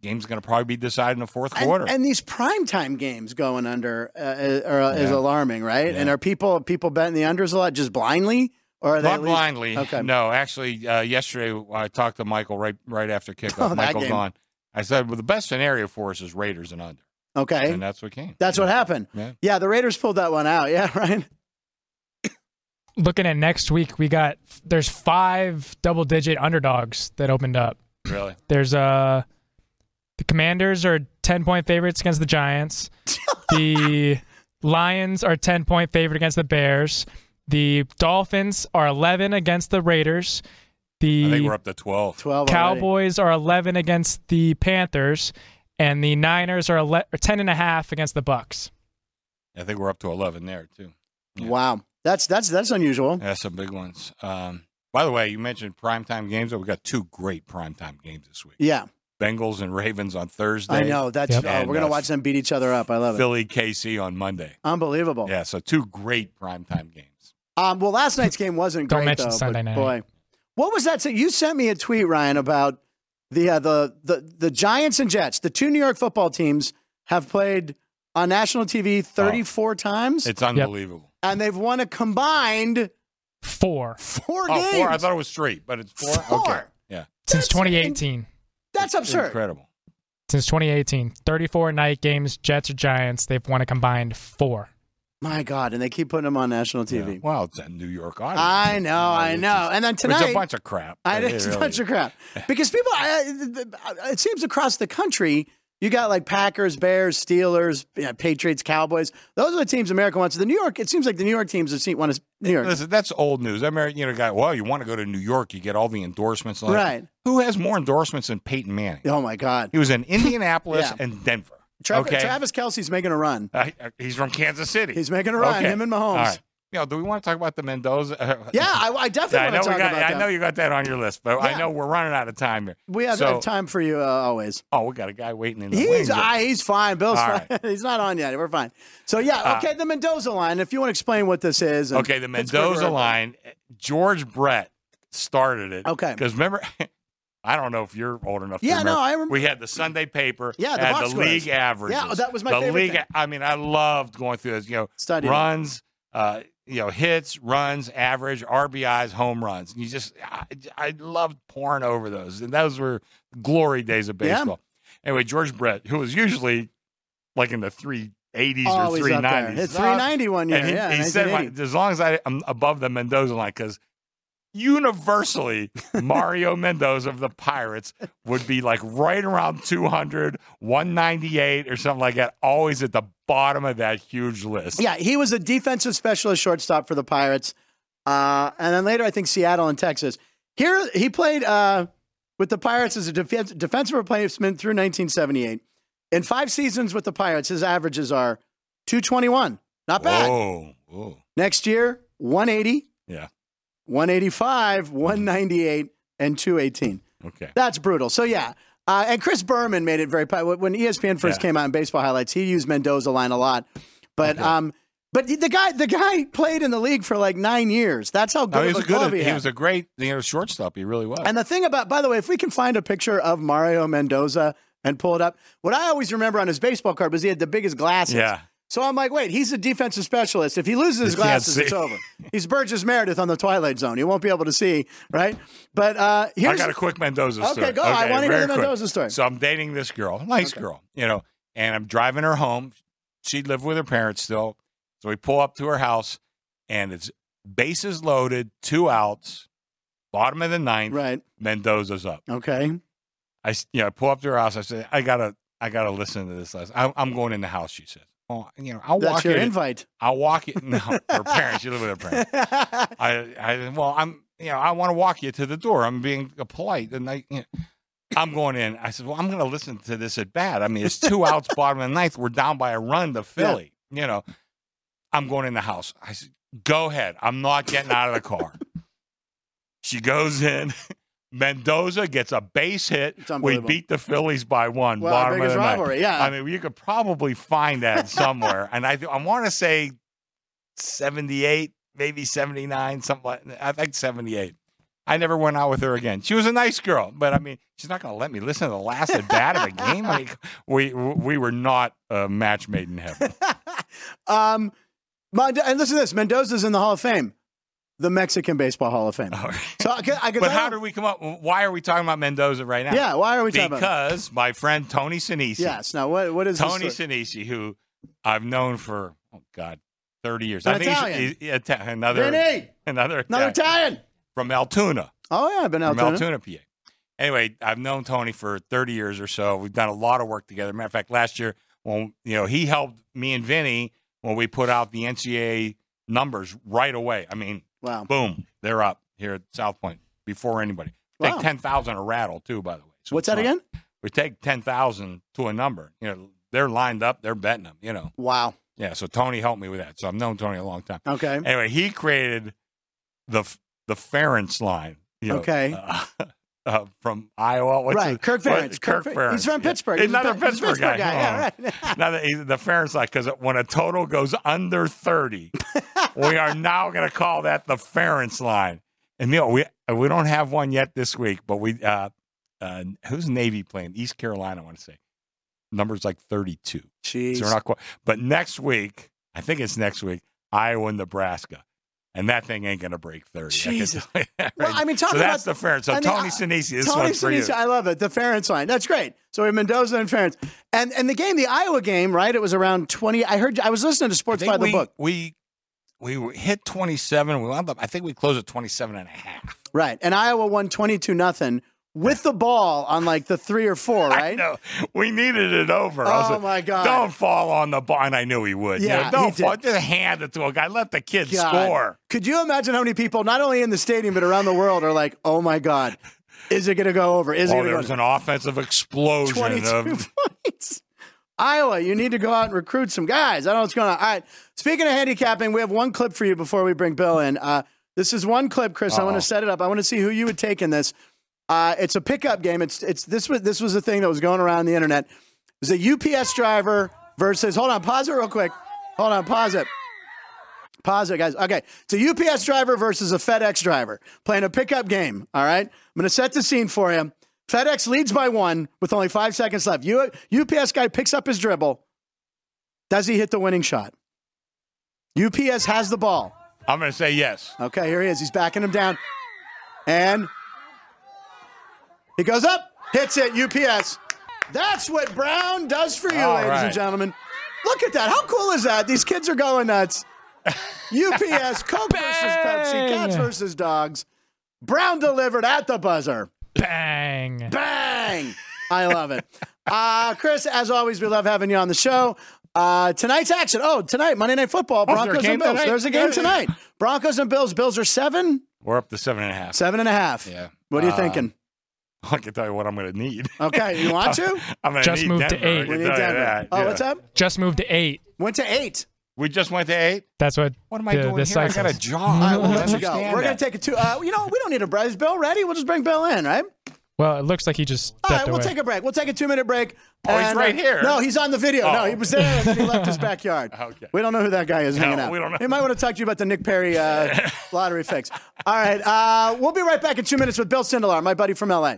game's going to probably be decided in the fourth
And-
quarter.
And, these primetime games going under uh, is, are, is
Yeah.
alarming, right?
Yeah.
And are people people betting the unders a lot just blindly, or are they
Not
at least-
blindly.
Okay.
No, actually, uh, yesterday I talked to Michael right right after
Oh,
kickoff.
that
Michael
game.
gone. I said, well, the best scenario for us is Raiders and under,
okay?
and that's what came.
That's what happened.
Yeah.
Yeah, the Raiders pulled that one out. Yeah, right.
Looking at next week, we got there's five double digit underdogs that opened up.
Really?
There's uh the Commanders are 10 point favorites against the Giants. the Lions are 10 point favorite against the Bears. The Dolphins are 11 against the Raiders.
I think we're
The
up to twelve.
Twelve. already.
Cowboys are 11 against the Panthers and the Niners are 11, or 10 and a half against the Bucks.
I think we're up to eleven there too. Yeah.
Wow, that's that's that's unusual.
That's some big ones. Um, by the way, you mentioned primetime games. We got two great primetime games this week:
Yeah,
Bengals and Ravens on Thursday.
I know. That's
Yep.
oh,
And,
we're gonna
uh,
watch them beat each other up. I love it. Oh.
Philly KC on Monday.
Unbelievable.
Yeah, so two great primetime games.
Um, well, last night's game wasn't
Don't
great
mention
though. but
Sunday night.
Boy, what was that? So you sent me a tweet, Ryan, about the uh, the the the Giants and Jets. The two New York football teams have played on national TV 34 times,
Oh. It's unbelievable.
and they've won a combined
Four
four
Oh,
games.
four. I thought it was three, but it's four. Okay.
Four.
Yeah.
since
That's
2018.
That's absurd.
Incredible.
Since 2018, 34 night games, Jets or Giants, they've won a combined four.
My God, and they keep putting them on national TV.
Yeah. Well, it's a New York audience.
I know,
It's
I
just-
know. And then
it's
tonight,
a bunch of crap.
I,
It- it
it's a
really
bunch
is.
of crap because people. I, I- it seems across the country, you got like Packers, Bears, Steelers, you know, Patriots, Cowboys. Those are the teams America wants. The New York. It seems like the New York teams have seen want to New York.
Listen, that's old news. I mean, you know, guy. Well, you want to go to New York, you get all the endorsements. Like,
Right.
Who has more endorsements than Peyton Manning?
Oh my God.
He was in Indianapolis
Yeah.
and Denver.
Travis,
okay.
Travis Kelsey's making a run.
I- I- he's from Kansas City.
He's making a run.
Okay.
Him and
all
Mahomes.
right. You know, do we want to talk about the Mendoza?
Yeah, I, I definitely
I
want
know
to
we
talk
got.
about
I
that.
know you got that on your list, but
Yeah.
I know we're running out of time here.
we have,
so-
have time for you uh, always.
Oh, we got a guy waiting in the
He's
wings.
I, he's fine. Bill's
All
fine. he's not on yet. We're fine. So yeah,
Uh,
okay. the Mendoza line. If you want to explain what this is, and-
Okay, the
Pittsburgh
Mendoza
or-
line. eh, George Brett started it.
Okay.
because remember, I don't know if you're old enough.
Yeah,
to remember.
no, I remember.
We had the Sunday paper.
Yeah, the
had
box
the
scores.
league averages.
Yeah, oh, that was my
the
favorite
league.
thing.
I mean, I loved going through this. You know,
Studied it.
runs. Uh, you know, hits, runs, average, RBIs, home runs. You just, I, I loved pouring over those, and those were glory days of
Yeah.
baseball. Anyway, George Brett, who was usually like in the three eighties or
Always
three
up there.
nineties,
Hit 390 one year.
and he,
yeah,
he said,
1980.
like, as long as I, I'm above the Mendoza line, because universally, Mario Mendoza of the Pirates would be like right around 200, 198, or something like that, always at the bottom of that huge list.
Yeah, he was a defensive specialist shortstop for the Pirates. Uh, and then later, I think Seattle and Texas. Here, he played uh, with the Pirates as a defense, defensive replacement through 1978. In five seasons with the Pirates, his averages are 221. Not bad.
Whoa. Whoa.
Next year, 180,
Yeah.
185, 198, and 218.
Okay.
That's brutal. So yeah, uh, and Chris Berman made it very pi- when E ESPN first
Yeah.
came out in baseball highlights. He used Mendoza line a lot, but um, but the guy the guy played in the league for like nine years. That's how
No,
good
Oh, he
of
was
a
a good.
glove he,
He
had.
was a great, you know, shortstop. He really was.
and the thing about by the way, if we can find a picture of Mario Mendoza and pull it up, what I always remember on his baseball card was he had the biggest glasses.
yeah.
So I'm like, wait, he's a defensive specialist. If he loses his
You can't
glasses,
see.
it's over. He's Burgess Meredith on the Twilight Zone. He won't be able to see, right? But uh, here's
I got a quick Mendoza
Okay,
story.
go. I wanna hear
very
the Mendoza story.
So I'm dating this girl, nice girl, you know, and I'm driving her home. She lived with her parents still. So we pull up to her house and it's bases loaded, two outs, bottom of the ninth.
Right.
Mendoza's up.
Okay.
I s- you know I pull up to her house. I said I gotta I gotta listen to this lesson. I'm, I'm going in the house. She says, oh you know I'll
That's
walk
your
in.
invite.
I'll walk it. No, her parents. She lived with her parents. I, I well, I'm, you know, I want to walk you to the door. I'm being polite, and I, you know, I'm going in. I said, well, I'm going to listen to this at bat. I mean, it's two outs, bottom of the ninth. We're down by a run to Philly. You know, I'm going in the house. I said, go ahead. I'm not getting out of the car. she goes in. Mendoza gets a base hit.
It's
We
unbelievable.
beat the Phillies by one.
well, our
bottom of
biggest
the ninth.
rivalry. Yeah.
I mean, you could probably find that somewhere. and I, th- I want to say 78, maybe 79, something like I think 78. I never went out with her again. She was a nice girl, but I mean, she's not going to let me listen to the last at bat of the game. I mean, we we were not a match made in heaven.
um, Mond- and listen to this. Mendoza's in the Hall of Fame, the Mexican Baseball Hall of Fame.
All right.
So I could, I could
Oh. But
tell
how
you-
did we come up? Why are we talking about Mendoza right now?
Yeah. Why are we talking about?
because my friend Tony Sinise.
It? Yes. Now what? What is
Tony
This story?
Sinisi, who I've known for oh god, thirty years.
An
I think he's-
Italian.
he's- yeah, Ita- another
Vinny,
another
another
Italian.
Italian.
from Altoona,
Oh yeah, I've been out
from
there.
Altoona, PA. Anyway, I've known Tony for thirty years or so. We've done a lot of work together. Matter of fact, last year when you know he helped me and Vinny when we put out the NCAA numbers right away. I mean,
Wow.
boom, they're up here at South Point before anybody. Take
Wow.
ten thousand a rattle too, by the way. So
What's
it's
that
not-
again?
We take ten thousand to a number. You know, they're lined up. They're betting them. You know.
Wow.
Yeah, so Tony helped me with that. So I've known Tony a long time.
Okay.
Anyway, he created the f- the Ference line. you know,
Okay.
uh, uh, from Iowa. What's
right.
his-
Kirk
what-
Ferentz.
Kirk Ferentz.
He's from
yeah.
Pittsburgh.
He's
He's a
another
Pit- he's a
Pittsburgh, guy.
Yeah. Right.
Now that he's the Ference line, because when a total goes under 30, we are now going to call that the Ference line. And Neil, we uh, we don't have one yet this week, but we uh, uh, who's Navy playing? East Carolina, I want to say. Number's like 32.
Jeez.
So we're not quite. But next week, I think it's next week, Iowa, Nebraska, and that thing ain't going to break thirty. I can
Jesus.
tell you that
well,
right
I mean,
now.
talking
so that's
about
the fair. So
I mean,
Tony
I-
Sinise, this
Tony
one's for you.
Sinise, I love it. The Ferentz line. That's great. So we have Mendoza and Ferentz. And and the game, the Iowa game, right? It was around 20. I heard I was listening to
I
Sports
think
by the
we,
Book.
we we were- hit twenty seven. We wound up. I think we closed at 27 and a half.
Right. And Iowa won 22 nothing with the ball on like the 3 or 4,
I
right?
know we needed it over. I was
Oh
like,
my god.
Don't fall on the ball. And I knew he would. You know,
Yeah, he
don't
did.
fall. Just hand it to a guy. Let the kid
God.
score.
Could you imagine how many people not only in the stadium but around the world are like, "Oh my god, is it going to go over? Is
Oh,
it
there
going to
was
go?"
an offensive
over?"
explosion.
22
of-
points. Iowa, you need to go out and recruit some guys. I don't know what's going on. All right. Speaking of handicapping, we have one clip for you before we bring Bill in. Uh, this is one clip, Chris. I want
Uh-oh.
to set it up. I want to see who you would take in this. Uh, it's a pickup game. It's it's this was this was a thing that was going around the internet. It was a UPS driver versus. Hold on, pause it real quick. Hold on, pause it. Pause it, guys. Okay, it's a UPS driver versus a FedEx driver playing a pickup game. All right, I'm going to set the scene for you. FedEx leads by one with only five seconds left. U- UPS guy picks up his dribble. Does he hit the winning shot? UPS has the ball.
I'm going to say yes.
Okay, here he is. He's backing him down. And he goes up, hits it, UPS. That's what Brown does for you,
All
ladies and
right.
gentlemen. Look at that. How cool is that? These kids are going nuts. UPS, Coke versus Pepsi, cats
Bang!
versus dogs. Brown delivered at the buzzer.
Bang.
Bang! I love it. Uh, Chris, as always, we love having you on the show. Uh, tonight's action. Oh, tonight, Monday Night Football,
Oh, is there a
Broncos and
game
Bills.
tonight?
There's a
Yeah,
game
yeah.
tonight. Broncos and Bills. Bills are seven,
We're up to seven and a half.
seven and a half.
Yeah.
What are you
Uh,
thinking?
I can tell you what I'm going to need.
Okay, you want to?
Uh, I'm going
Just
need
moved to
Denver.
eight.
I can
We need
tell you
Denver.
that,
Oh,
yeah.
what's up?
Just moved to eight.
Went to eight.
We just went to eight.
That's what.
What am I
the,
doing
the
here? I
site
got a
says.
job.
All right,
I
well,
don't
let's go.
understand
We're gonna
that.
take a two. Uh, you know, what? we don't need a break. Is Bill ready? We'll just bring Bill in, right?
Well, it looks like he just stepped
All right, we'll
away.
take a break. We'll take a two-minute break.
Oh, he's
And,
right
uh,
here.
No, he's on the video. No,
Oh.
he was there and then he left his backyard.
Okay.
We don't know who that guy is hanging out.
we don't know.
He might want to talk to you about the Nick Perry uh, lottery fix. All right, uh, we'll be right back in two minutes with Bill Sindelar, my buddy from LA.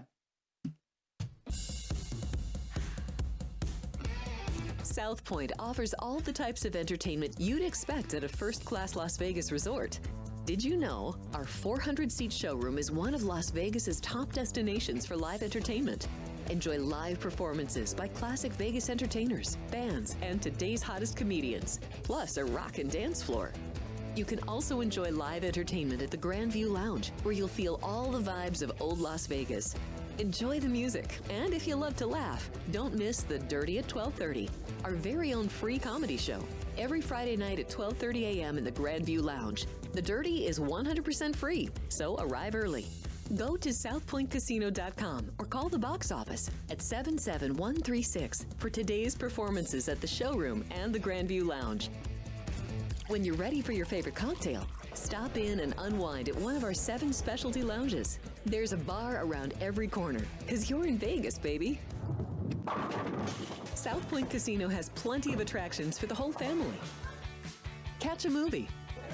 South Point offers all the types of entertainment you'd expect at a first class Las Vegas resort. Did you know our 400 seat showroom is one of Las Vegas's top destinations for live entertainment? Enjoy live performances by classic Vegas entertainers, bands, and today's hottest comedians, plus a rock and dance floor. You can also enjoy live entertainment at the Grand View Lounge, where you'll feel all the vibes of old Las Vegas. Enjoy the music, and if you love to laugh, don't miss The Dirty at 12:30, our very own free comedy show. Every Friday night at 12:30 a.m. in the Grand View Lounge. The Dirty is 100% free, so arrive early. Go to southpointcasino.com or call the box office at 77136 for today's performances at the showroom and the Grand View Lounge. When you're ready for your favorite cocktail, stop in and unwind at one of our seven specialty lounges. There's a bar around every corner, because you're in Vegas, baby. South Point Casino has plenty of attractions for the whole family. Catch a movie.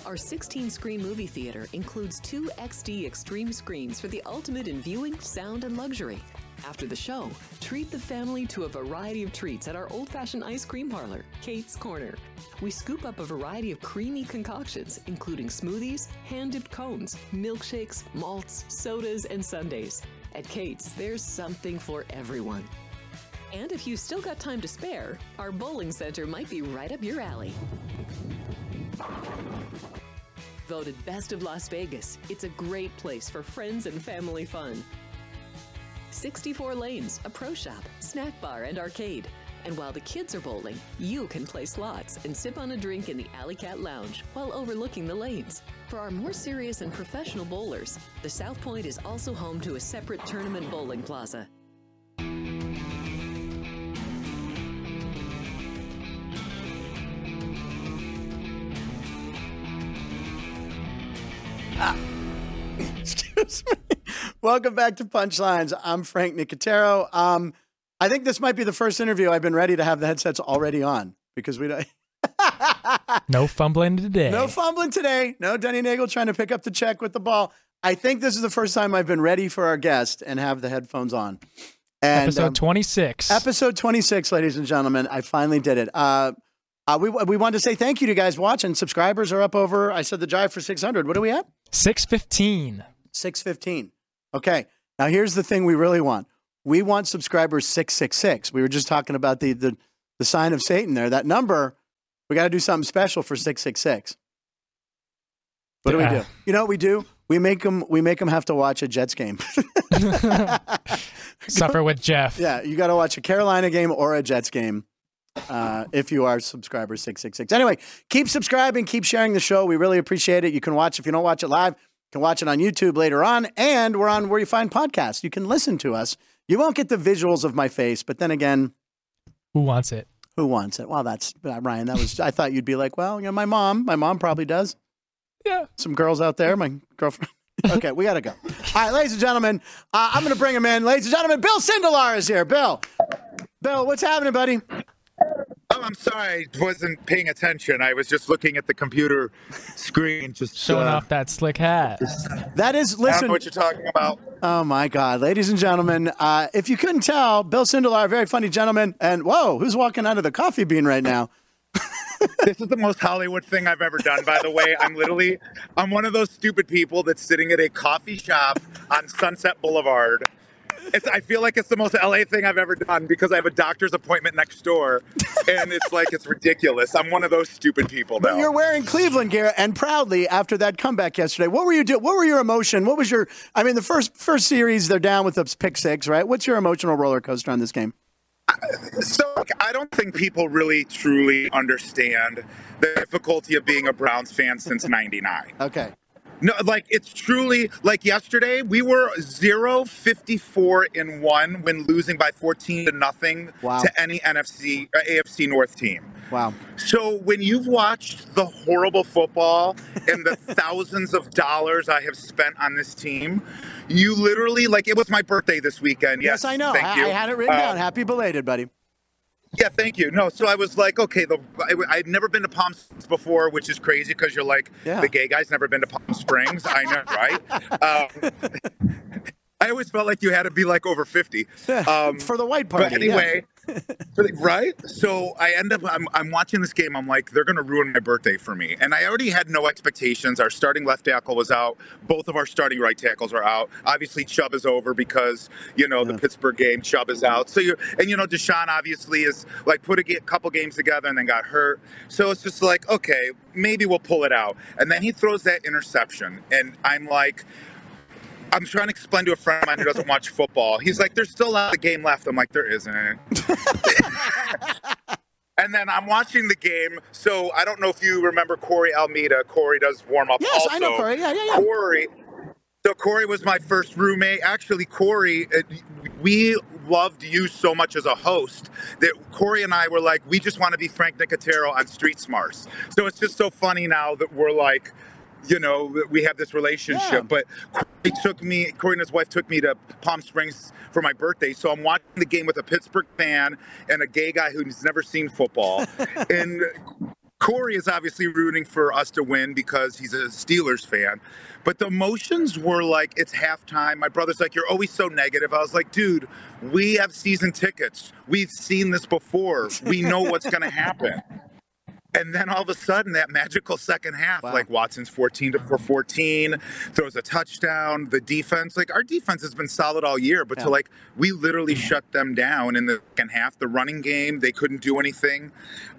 Our 16 screen movie theater includes two XD extreme screens for the ultimate in viewing, sound, and luxury. After the show, treat the family to a variety of treats at our old fashioned ice cream parlor, Kate's Corner. We scoop up a variety of creamy concoctions, including smoothies, hand dipped cones, milkshakes, malts, sodas, and sundaes. At Kate's, there's something for everyone. And if you still got time to spare, our bowling center might be right up your alley. Voted Best of Las Vegas, it's a great place for friends and family fun. 64 lanes, a pro shop, snack bar, and arcade. And while the kids are bowling, you can play slots and sip on a drink in the Alley Cat Lounge while overlooking the lanes. For our more serious and professional bowlers, the South Point is also home to a separate tournament bowling plaza.
Excuse me. Welcome back to Punchlines. I'm Frank Nicotero. Um, I think this might be the first interview I've been ready to have the headsets already on because we don't.
No fumbling today.
No fumbling today. No Denny Nagel trying to pick up the check with the ball. I think this is the first time I've been ready for our guest and have the headphones on. And
Episode
um,
26.
episode 26, ladies and gentlemen, I finally did it. Uh, uh, we we wanted to say thank you to you guys watching. Subscribers are up over. I said the jive for 600. What are we at?
615.
615. Okay. Now here's the thing we really want. We want subscribers 666. We were just talking about the the, the sign of Satan there. That number, we got to do something special for 666. What do we
Yeah.
do? You know what we do? We make them we make them have to watch a Jets game.
Suffer with Jeff.
yeah, you got to watch a Carolina game or a Jets game. Uh, if you are subscriber 666. Anyway, keep subscribing, keep sharing the show. We really appreciate it. You can watch, if you don't watch it live, you can watch it on YouTube later on. And we're on where you find podcasts. You can listen to us. You won't get the visuals of my face, but then again,
Who wants it?
who wants it? Well, that's uh, Ryan. That was, I thought you'd be like, well, you know, my mom, my mom probably does
Yeah.
some girls out there, my girlfriend. Okay, we gotta go. All right, ladies and gentlemen, uh, I'm gonna bring him in. Ladies and gentlemen, Bill Sindelar is here. Bill, Bill, what's happening, buddy?
Oh, I'm sorry. I wasn't paying attention. I was just looking at the computer screen, just
Showing
uh,
off that slick hat.
That is,
I don't
listen.
know what you're talking about.
Oh my God, ladies and gentlemen, uh, if you couldn't tell, Bill Sindelar, a very funny gentleman, and whoa, who's walking out of the coffee bean right now?
This is the most Hollywood thing I've ever done, by the way. I'm literally, I'm one of those stupid people that's sitting at a coffee shop on Sunset Boulevard. It's, I feel like it's the most LA thing I've ever done because I have a doctor's appointment next door, and it's like it's ridiculous. I'm one of those stupid people now.
But you're wearing Cleveland gear, and proudly after that comeback yesterday, what were you do? What were your emotion? What was your? I mean, the first first series, they're down with the pick six, right? What's your emotional roller coaster on this game?
So like, I don't think people really truly understand the difficulty of being a Browns fan since '99.
Okay,
No, like it's truly like yesterday we were 0 54 in 1 when losing by 14 to nothing
Wow.
to any NFC uh, AFC North team.
wow.
So when you've watched the horrible football and the thousands of dollars I have spent on this team, you literally like it was my birthday this weekend. Yes,
Yes, I know.
Thank
I,
you.
I had it written
Uh,
down. Happy belated, buddy.
yeah, thank you. No, so I was like, okay, the I, I'd never been to Palm Springs before, which is crazy because you're like
Yeah.
the gay guy's never been to Palm Springs. I know, right? Um, I always felt like you had to be like over 50. Um,
for the white party.
but
yeah.
anyway, for the- right? So I end up, I'm, I'm watching this game. I'm like, they're going to ruin my birthday for me. And I already had no expectations. Our starting left tackle was out. Both of our starting right tackles are out. Obviously, Chubb is over because, you know, the Pittsburgh game, Chubb is out. So you're, and you know, Deshaun obviously is like put a ge- couple games together and then got hurt. So it's just like, okay, maybe we'll pull it out. And then he throws that interception. And I'm like, I'm trying to explain to a friend of mine who doesn't watch football. He's like, there's still a lot of game left. I'm like, there isn't. and then I'm watching the game. So I don't know if you remember Corey Almeida. Corey does warm up
Yes,
also.
I know Corey. Yeah, yeah, yeah.
Corey. So Corey was my first roommate. Actually, Corey, uh, we loved you so much as a host that Corey and I were like, we just want to be Frank Nicotero on Street Smarts. So it's just so funny now that we're like, you know, that we have this relationship.
Yeah.
But Corey took me, Corey and his wife took me to Palm Springs for my birthday. So I'm watching the game with a Pittsburgh fan and a gay guy who's never seen football. and Corey is obviously rooting for us to win because he's a Steelers fan. But the emotions were like, it's halftime. My brother's like, you're always so negative. I was like, dude, we have season tickets. We've seen this before. We know what's going to happen. And then all of a sudden, that magical second half,
Wow.
like Watson's 14 to for 14, throws a touchdown. The defense, like our defense has been solid all year, but
Yeah. Mm-hmm.
to like, we literally shut them down in the second half. The running game, they couldn't do anything.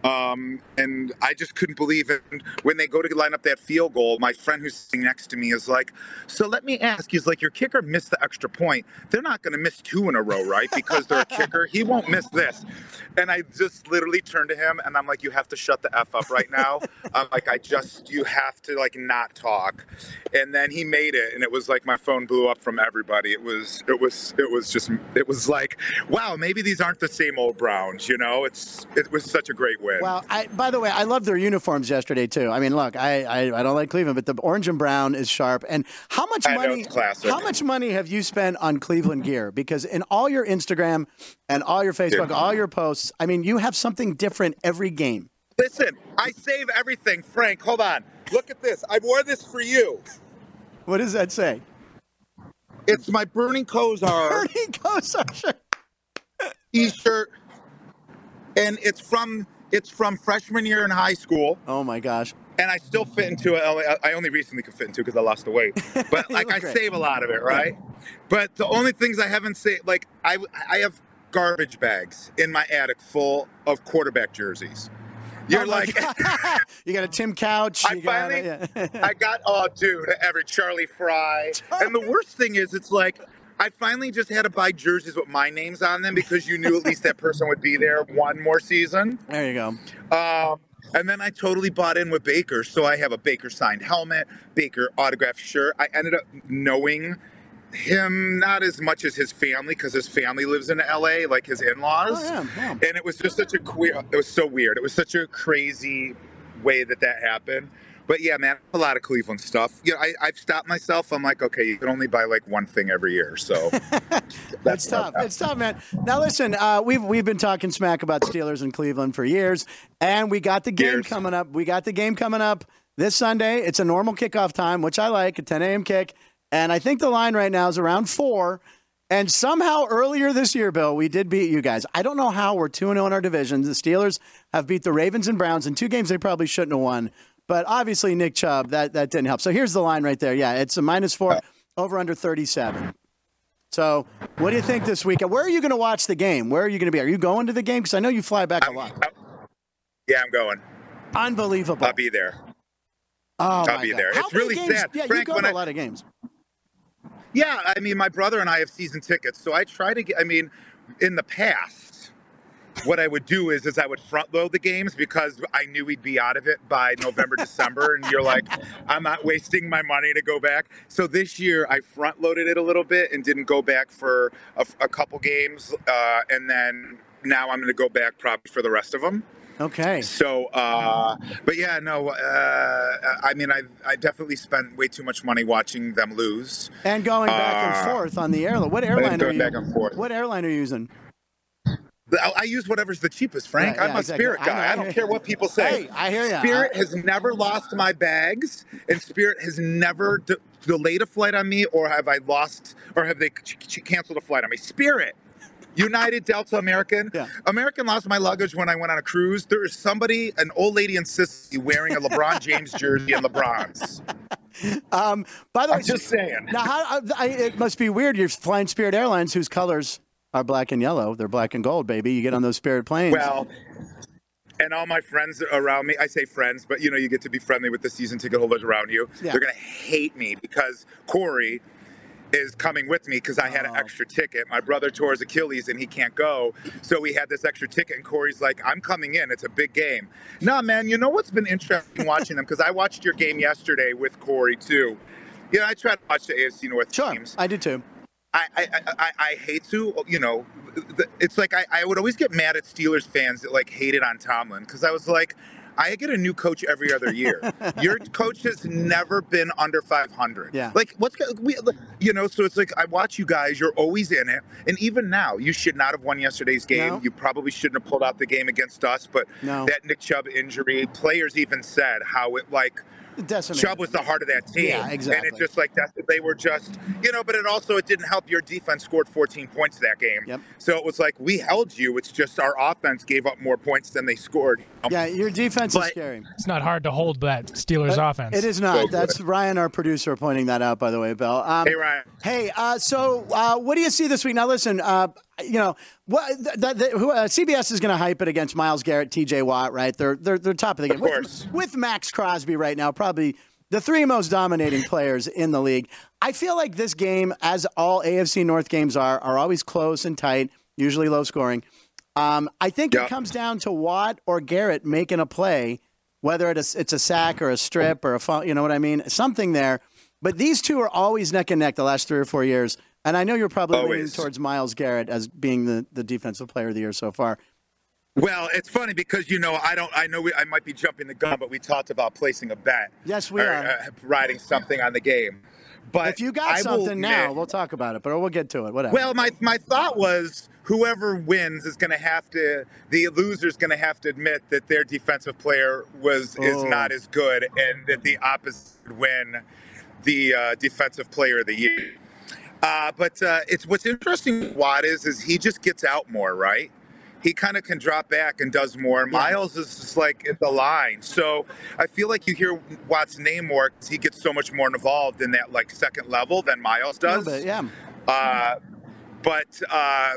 Um, and I just couldn't believe it. And when they go to line up that field goal, my friend who's sitting next to me is like, So let me ask, he's like, Your kicker missed the extra point. They're not going to miss two in a row, right? Because they're a kicker. He won't miss this. And I just literally turned to him and I'm like, You have to shut the F up right now. I'm like, I just, you have to like not talk. And then he made it. And it was like my phone blew up from everybody. It was, it was, it was just, it was like, Wow, maybe these aren't the same old Browns, you know? It's, it was such a great win.
Well, I, by the way, I love their uniforms yesterday too. I mean, look, I, I, I don't like Cleveland, but the orange and brown is sharp. And how much
I know,
money?
it's classic.
How much money have you spent on Cleveland gear? Because in all your Instagram and all your Facebook, all your posts, I mean, you have something different every game.
Listen, I save everything. Frank, hold on. Look at this. I wore this for you.
What does that say?
It's my Burning Kozar
Bernie Kosar.
t-shirt. And it's from it's from freshman year in high school.
Oh my gosh!
And I still fit into a LA. I only recently could fit into because I lost the weight. But like
look
I
great.
save a lot of it, right? But the only things I haven't saved like I I have garbage bags in my attic full of quarterback jerseys. You're
Oh, my
like
God. you got a Tim Couch.
I
you got a-
finally-
yeah.
I got oh dude every Charlie Fry. And the worst thing is it's like I finally just had to buy jerseys with my names on them because you knew at least that person would be there one more season.
there you go.
Um, and then I totally bought in with Baker, so I have a Baker signed helmet, Baker autographed shirt. I ended up knowing him not as much as his family because his family lives in LA, like his in-laws.
Oh, yeah, yeah.
And it was just such a queer. It was so weird. It was such a crazy way that that happened. But yeah, man, a lot of Cleveland stuff. You know, I, I've stopped myself. I'm like, okay, you can only buy like one thing every year. So
That's tough. It's tough, man. Now listen, uh, we've we've been talking smack about Steelers in Cleveland for years, and we got the game
Years.
coming up. We got the game coming up this Sunday. It's a normal kickoff time, which I like, a 10 a.m. kick, and I think the line right now is around four. And somehow earlier this year, Bill, we did beat you guys. I don't know how we're 2 0 in our division. The Steelers have beat the Ravens and Browns in two games they probably shouldn't have won. But obviously, Nick Chubb, that, that didn't help. So here's the line right there. Yeah, it's a minus four, over under 37. So, what do you think this weekend? Where are you going to watch the game? Where are you going to be? Are you going to the game? Because I know you fly back a lot.
yeah, I'm going.
Unbelievable.
I'll be there.
oh,
I'll
my
be
God.
there.
How
It's
many
really
games-
sad.
Yeah,
Frank,
you go
when
to a
I-
lot of games.
Yeah, I mean, my brother and I have season tickets, so I try to get. I mean, in the past, what I would do is is I would front load the games because I knew we'd be out of it by November, December, and you're like, I'm not wasting my money to go back. So this year, I front loaded it a little bit and didn't go back for a, f- a couple games, uh, and then now I'm going to go back probably for the rest of them.
Okay.
So, uh, but yeah, no, uh, I mean, I I definitely spent way too much money watching them lose.
And going back and
Uh,
forth on the airline. What
and
airline are
going
you?
back and forth.
What airline are you using?
I, I use whatever's the cheapest, Frank.
Right,
I'm
yeah,
a
exactly.
spirit
I know,
guy.
I
I,
hear
don't care
you.
what people say.
Hey, I hear ya.
Spirit has never lost my bags, and Spirit has never d- delayed a flight on me, or have I lost, or have they c- c- canceled a flight on me? Spirit, United, Delta, American.
Yeah.
American lost my luggage when I went on a cruise. There is somebody, an old lady in Sicily, wearing a LeBron James jersey in LeBron's.
Um, by the way,
I'm just saying.
now how, I, it must be weird. You're flying Spirit Airlines, whose colors are black and yellow. They're black and gold, baby. You get on those Spirit planes.
Well, and all my friends around me, I say friends, but you know, you get to be friendly with the season ticket holders around you.
Yeah.
They're going to hate me because Corey is coming with me because I had
Oh.
an extra ticket. My brother tore his Achilles and he can't go. So we had this extra ticket, and Corey's like, I'm coming in. It's a big game. Nah, man, you know what's been interesting watching them? Because I watched your game yesterday with Corey, too. You know, I try to watch the AFC North
sure,
teams.
I do too.
I, I, I, I hate to, you know, th- it's like I, I would always get mad at Steelers fans that like hated on Tomlin because I was like, I get a new coach every other year. Your coach has never been under 500.
Yeah.
Like, what's go- we, like, you know, so it's like I watch you guys, you're always in it. And even now, you should not have won yesterday's game.
No.
You probably shouldn't have pulled out the game against us, but
No.
that Nick Chubb injury, players even said how it like,
Decimated.
Chubb was the heart of that team.
Yeah, exactly.
And it just like that, they were just, you know, but it also it didn't help your defense scored 14 points that game.
Yep.
So it was like we held you. It's just our offense gave up more points than they scored.
Yeah, your defense is
But-
scary.
It's not hard to hold that Steelers offense.
Uh, It is
So
not.
good.
That's Ryan, our producer, pointing that out. By the way, Bill. Um,
Hey Ryan,
Hey, uh, so uh, what do you see this week? Now, listen, uh, you know, what, th- th- th- who, uh, CBS is going to hype it against Miles Garrett, T.J. Watt, right? They're they're, they're top of the game With-
course.
With, Max Crosby right now, probably the three most dominating players in the league. I feel like this game, as all AFC North games are, are always close and tight, usually low scoring. Um, I think
Yeah.
it comes down to Watt or Garrett making a play, whether it is, it's a sack or a strip or a fumble, you know what I mean? Something there. But these two are always neck and neck the last three or four years. And I know you're probably leaning
Always.
towards Miles Garrett as being the, the defensive player of the year so far.
well, it's funny because you know I don't. I know we, I might be jumping the gun, but we talked about placing a bet.
Yes, we
or,
are.
Uh, riding something on the game. But
If you got
I will
something now,
admit-
we'll talk about it, but we'll get to it. Whatever.
Well, my my thought was whoever wins is going to have to the loser's going to have to admit that their defensive player was is
Oh.
not as good, and that the opposite would win the uh, defensive player of the year. Uh, but uh, it's what's interesting. with Watt is is he just gets out more, right? He kind of can drop back and does more. Miles is just like at the line, so I feel like you hear Watt's name more 'cause he gets so much more involved in that like second level than Miles
A little
does.
bit, yeah.
Uh, but uh,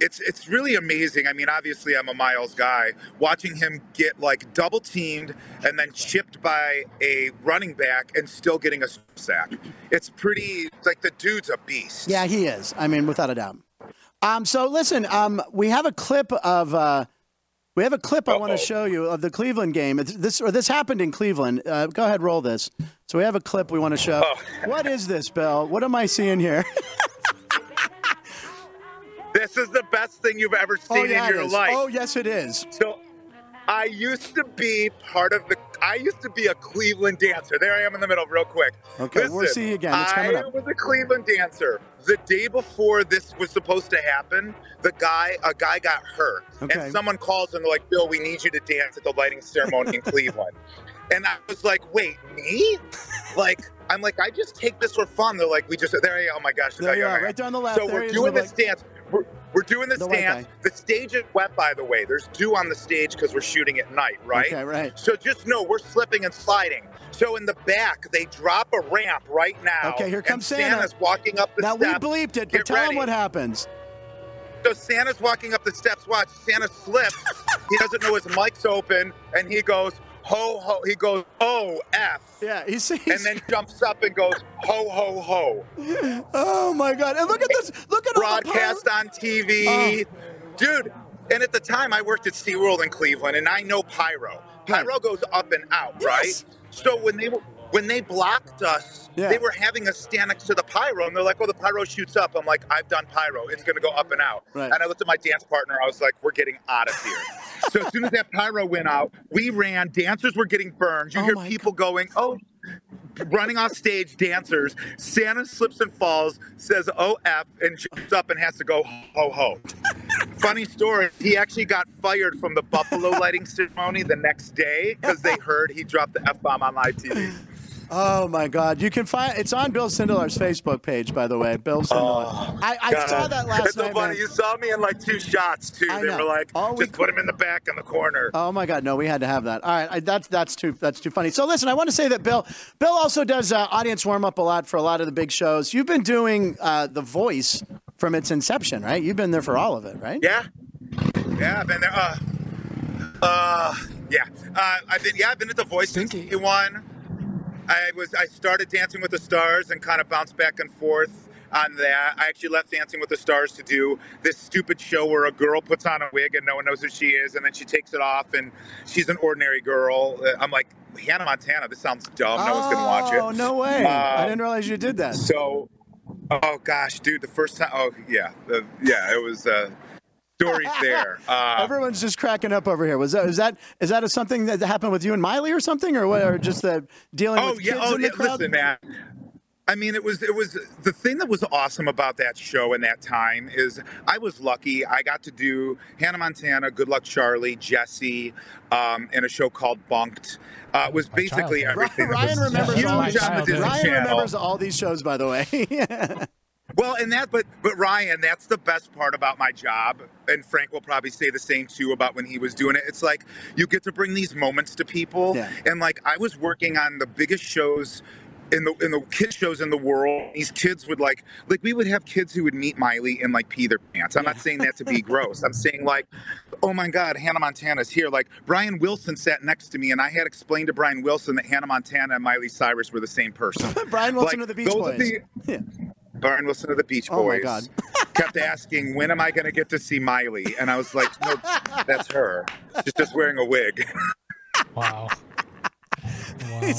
it's it's really amazing. I mean, obviously, I'm a Miles guy. Watching him get like double teamed and then chipped by a running back and still getting a sack. It's pretty like the dude's a beast.
Yeah, he is. I mean, without a doubt. Um, so listen, um, we have a clip of uh, we have a clip I want to
Uh-oh.
show you of the Cleveland game. It's, this or this happened in Cleveland. Uh, go ahead, roll this. So we have a clip we want to show.
Oh.
What is this, Bill? What am I seeing here?
This is the best thing you've ever seen
yeah,
in
it
your
is.
life.
Oh yes, it is.
So I used to be part of the. I used to be a Cleveland dancer. There I am in the middle, real quick.
Okay, we'll see you again. It's coming
I
up.
was a Cleveland dancer. The day before this was supposed to happen, the guy, a guy got hurt,
Okay.
and someone calls and they're like, "Bill, we need you to dance at the lighting ceremony in Cleveland." And I was like, "Wait, me?" Like, I'm like, I just take this for fun. They're like, "We just there. I am. Oh my gosh,
There you
I
are,
am.
right there on the left.
So
There he
we're
is
doing
with
this dance. We're, we're doing this
The white
dance. The stage is wet, by the way. There's dew on the stage because we're shooting at night, right?
Okay, right.
So just know we're slipping and sliding. So in the back, they drop a ramp right now.
Okay, here comes
and
Santa.
Santa's walking up the
Now
steps.
we bleeped it, but
Get
tell him
ready.
what happens.
So Santa's walking up the steps. Watch, Santa slips. he doesn't know his mic's open, and he goes ho ho. He goes oh f,
Yeah, he's,
and then jumps up and goes ho ho ho.
oh my god! And look at this! Look at all the Oh. pile-
broadcast on TV. Dude, and at the time I worked at SeaWorld in Cleveland and I know pyro. Pyro goes up and out,
Yes.
right? So when they were when they blocked us,
Yeah.
they were having us stand next to the pyro, and they're like, "Oh, the pyro shoots up." I'm like, "I've done pyro; it's going to go up and out."
Right.
And I looked at my dance partner. I was like, "We're getting out of here." so as soon as that pyro went out, we ran. Dancers were getting burned. You
Oh
hear
my
people going, "Oh, running off stage, dancers. Santa slips and falls, says "OF," and jumps up and has to go ho ho. Funny story. He actually got fired from the Buffalo lighting ceremony the next day because they heard he dropped the f bomb on live TV.
Oh my God! You can find it's on Bill Sindelar's Facebook page, by the way. Bill Sindelar. I, I
Oh, God.
saw that last
It's so
night.
funny.
man.
You saw me in like two shots too.
I
they
know.
were like,
All we
just put him in the back in the corner.
Oh my God! No, we had to have that. All right, I, that's that's too that's too funny. So listen, I want to say that Bill Bill also does uh, audience warm up a lot for a lot of the big shows. You've been doing uh, the voice from its inception, right? You've been there for all of it, right?
Yeah. Yeah, I've been there. Uh, uh, yeah. Uh, I've been, yeah, I've been at The Voice since
Stinky.
day one. I was, I started Dancing with the Stars and kind of bounced back and forth on that. I actually left Dancing with the Stars to do this stupid show where a girl puts on a wig and no one knows who she is, and then she takes it off and she's an ordinary girl. Uh, I'm like, Hannah Montana, this sounds dumb. No one's going to watch it. Uh,
Oh no way! I didn't realize you did that.
So, oh gosh, dude, the first time, oh yeah, the, yeah, it was uh, stories there. Uh,
Everyone's just cracking up over here. Was that is that is that something that happened with you and Miley or something, or what? Or just the dealing
oh
with
yeah,
kids
oh
in the
yeah.
crowd?
Listen, man. I mean, it was it was the thing that was awesome about that show and that time is I was lucky. I got to do Hannah Montana, Good Luck Charlie, Jesse, um, and a show called Bunked. Uh, it was basically
childhood.
everything. that
Ryan
was
remembers
huge
all
on
my
the
childhood.
Disney
Ryan
Channel.
remembers all these shows, by the way.
Well, and that, but but Ryan, that's the best part about my job, and Frank will probably say the same too about when he was doing it. It's like you get to bring these moments to people,
Yeah.
and like I was working on the biggest shows. In the in the kids shows in the world, these kids would like like we would have kids who would meet Miley and like pee their pants. I'm not saying that to be gross. I'm saying like, oh my God, Hannah Montana's here. Like Brian Wilson sat next to me, and I had explained to Brian Wilson that Hannah Montana and Miley Cyrus were the same person.
Brian Wilson
Like,
of the Beach
those are
Boys.
the-
Yeah.
Brian Wilson of the Beach Boys
Oh, my God.
kept asking, "When am I going to get to see Miley?" And I was like, "No, that's her. She's just wearing a wig."
Wow.
Oh.
wow.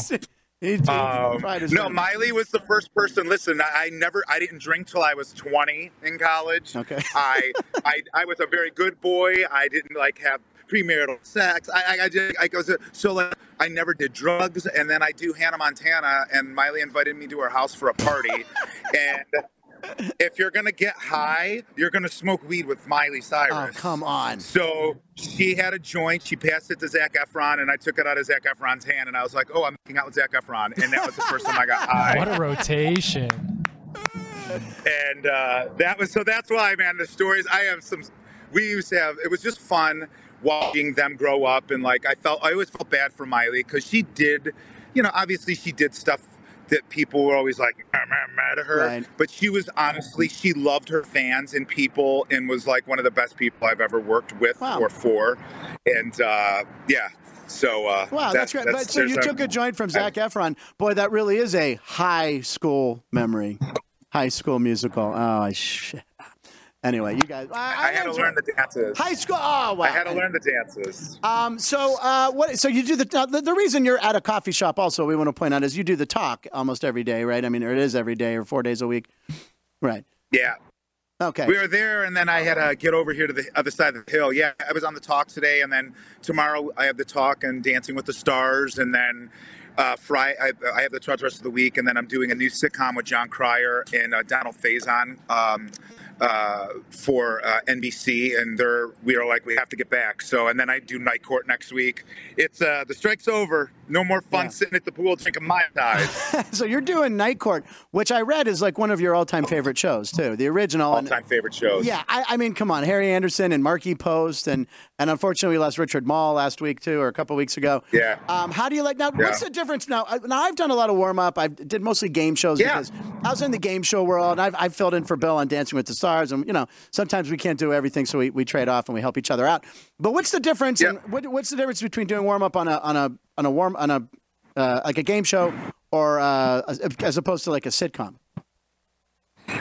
He did
Um,
try to
no,
spend-
Miley was the first person. Listen, I, I never, I didn't drink till I was twenty in college.
Okay.
I, I, I was a very good boy. I didn't like have premarital sex. I, I, I did. I was a, so like I never did drugs, and then I do Hannah Montana, and Miley invited me to her house for a party, and if you're gonna get high, you're gonna smoke weed with Miley
Oh,
Cyrus.
come on.
So she had a joint. She passed it to Zach Efron, and I took it out of Zach Efron's hand, and I was like, "Oh, I'm making out with Zach Efron," and that was the first time I got
What
high.
a rotation.
And uh, that was so. That's why, man. The stories I have some. We used to have. It was just fun watching them grow up, and like I felt. I always felt bad for Miley because she did. You know, obviously she did stuff that people were always like "I'm not mad at her,
Right.
but she was honestly she loved her fans and people, and was like one of the best people I've ever worked with
Wow.
or for. And uh, yeah, so uh,
Wow, that's, great. But so you
there's
took a joint from Zach Efron. Boy, that really is a high school memory. High school musical. Oh, shit. Anyway, you guys. I,
I had to
enjoy-
learn the dances.
High school. Oh, wow.
I had to learn the dances.
Um, so uh, what? So you do the, uh, the the reason you're at a coffee shop. Also, we want to point out is you do the talk almost every day, right? I mean, or it is every day or four days a week, right?
Yeah.
Okay.
We were there, and then I had to get over here to the other side of the hill. Yeah, I was on the talk today, and then tomorrow I have the talk and Dancing with the Stars, and then uh, Friday I, I have the talk the rest of the week, and then I'm doing a new sitcom with John Cryer and uh, Donald Faison um, uh, for uh, NBC, and they're we are like we have to get back. So, and then I do Night Court next week. It's uh, the strike's over. No more fun
Yeah.
sitting at the pool drinking my eyes.
So you're doing Night Court, which I read is like one of your all-time favorite shows too. The original.
All
and-
time favorite shows.
Yeah, I, I mean, come on, Harry Anderson and Marky Post, and and unfortunately we lost Richard Mall last week too, or a couple weeks ago.
Yeah.
Um, how do you like now?
Yeah.
What's the difference now? I, now I've done a lot of warm up. I did mostly game shows
Yeah.
because I was in the game show world, and I've, I've filled in for Bill on Dancing with the Stars, and you know sometimes we can't do everything, so we, we trade off and we help each other out. But what's the difference?
Yeah.
And what, what's the difference between doing warm up on a on a on a warm on a uh, like a game show or uh, as, as opposed to like a sitcom?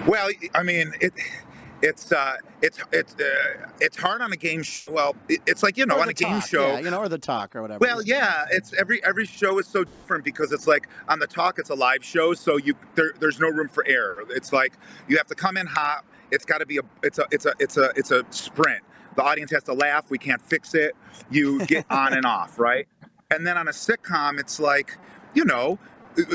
Well, I mean, it, it's uh, it's it's uh, it's hard on a game. Sh- well, it, it's like you know,
Or
Oh, on
the
a game
talk,
show.
yeah, you know, or the talk or whatever.
Well, yeah, it's every every show is so different because it's like on the talk, it's a live show, so you there, there's no room for error. It's like you have to come in hot. It's got to be a it's a it's a it's a it's a sprint. The audience has to laugh. We can't fix it. You get on and off, right? And then on a sitcom, it's like you know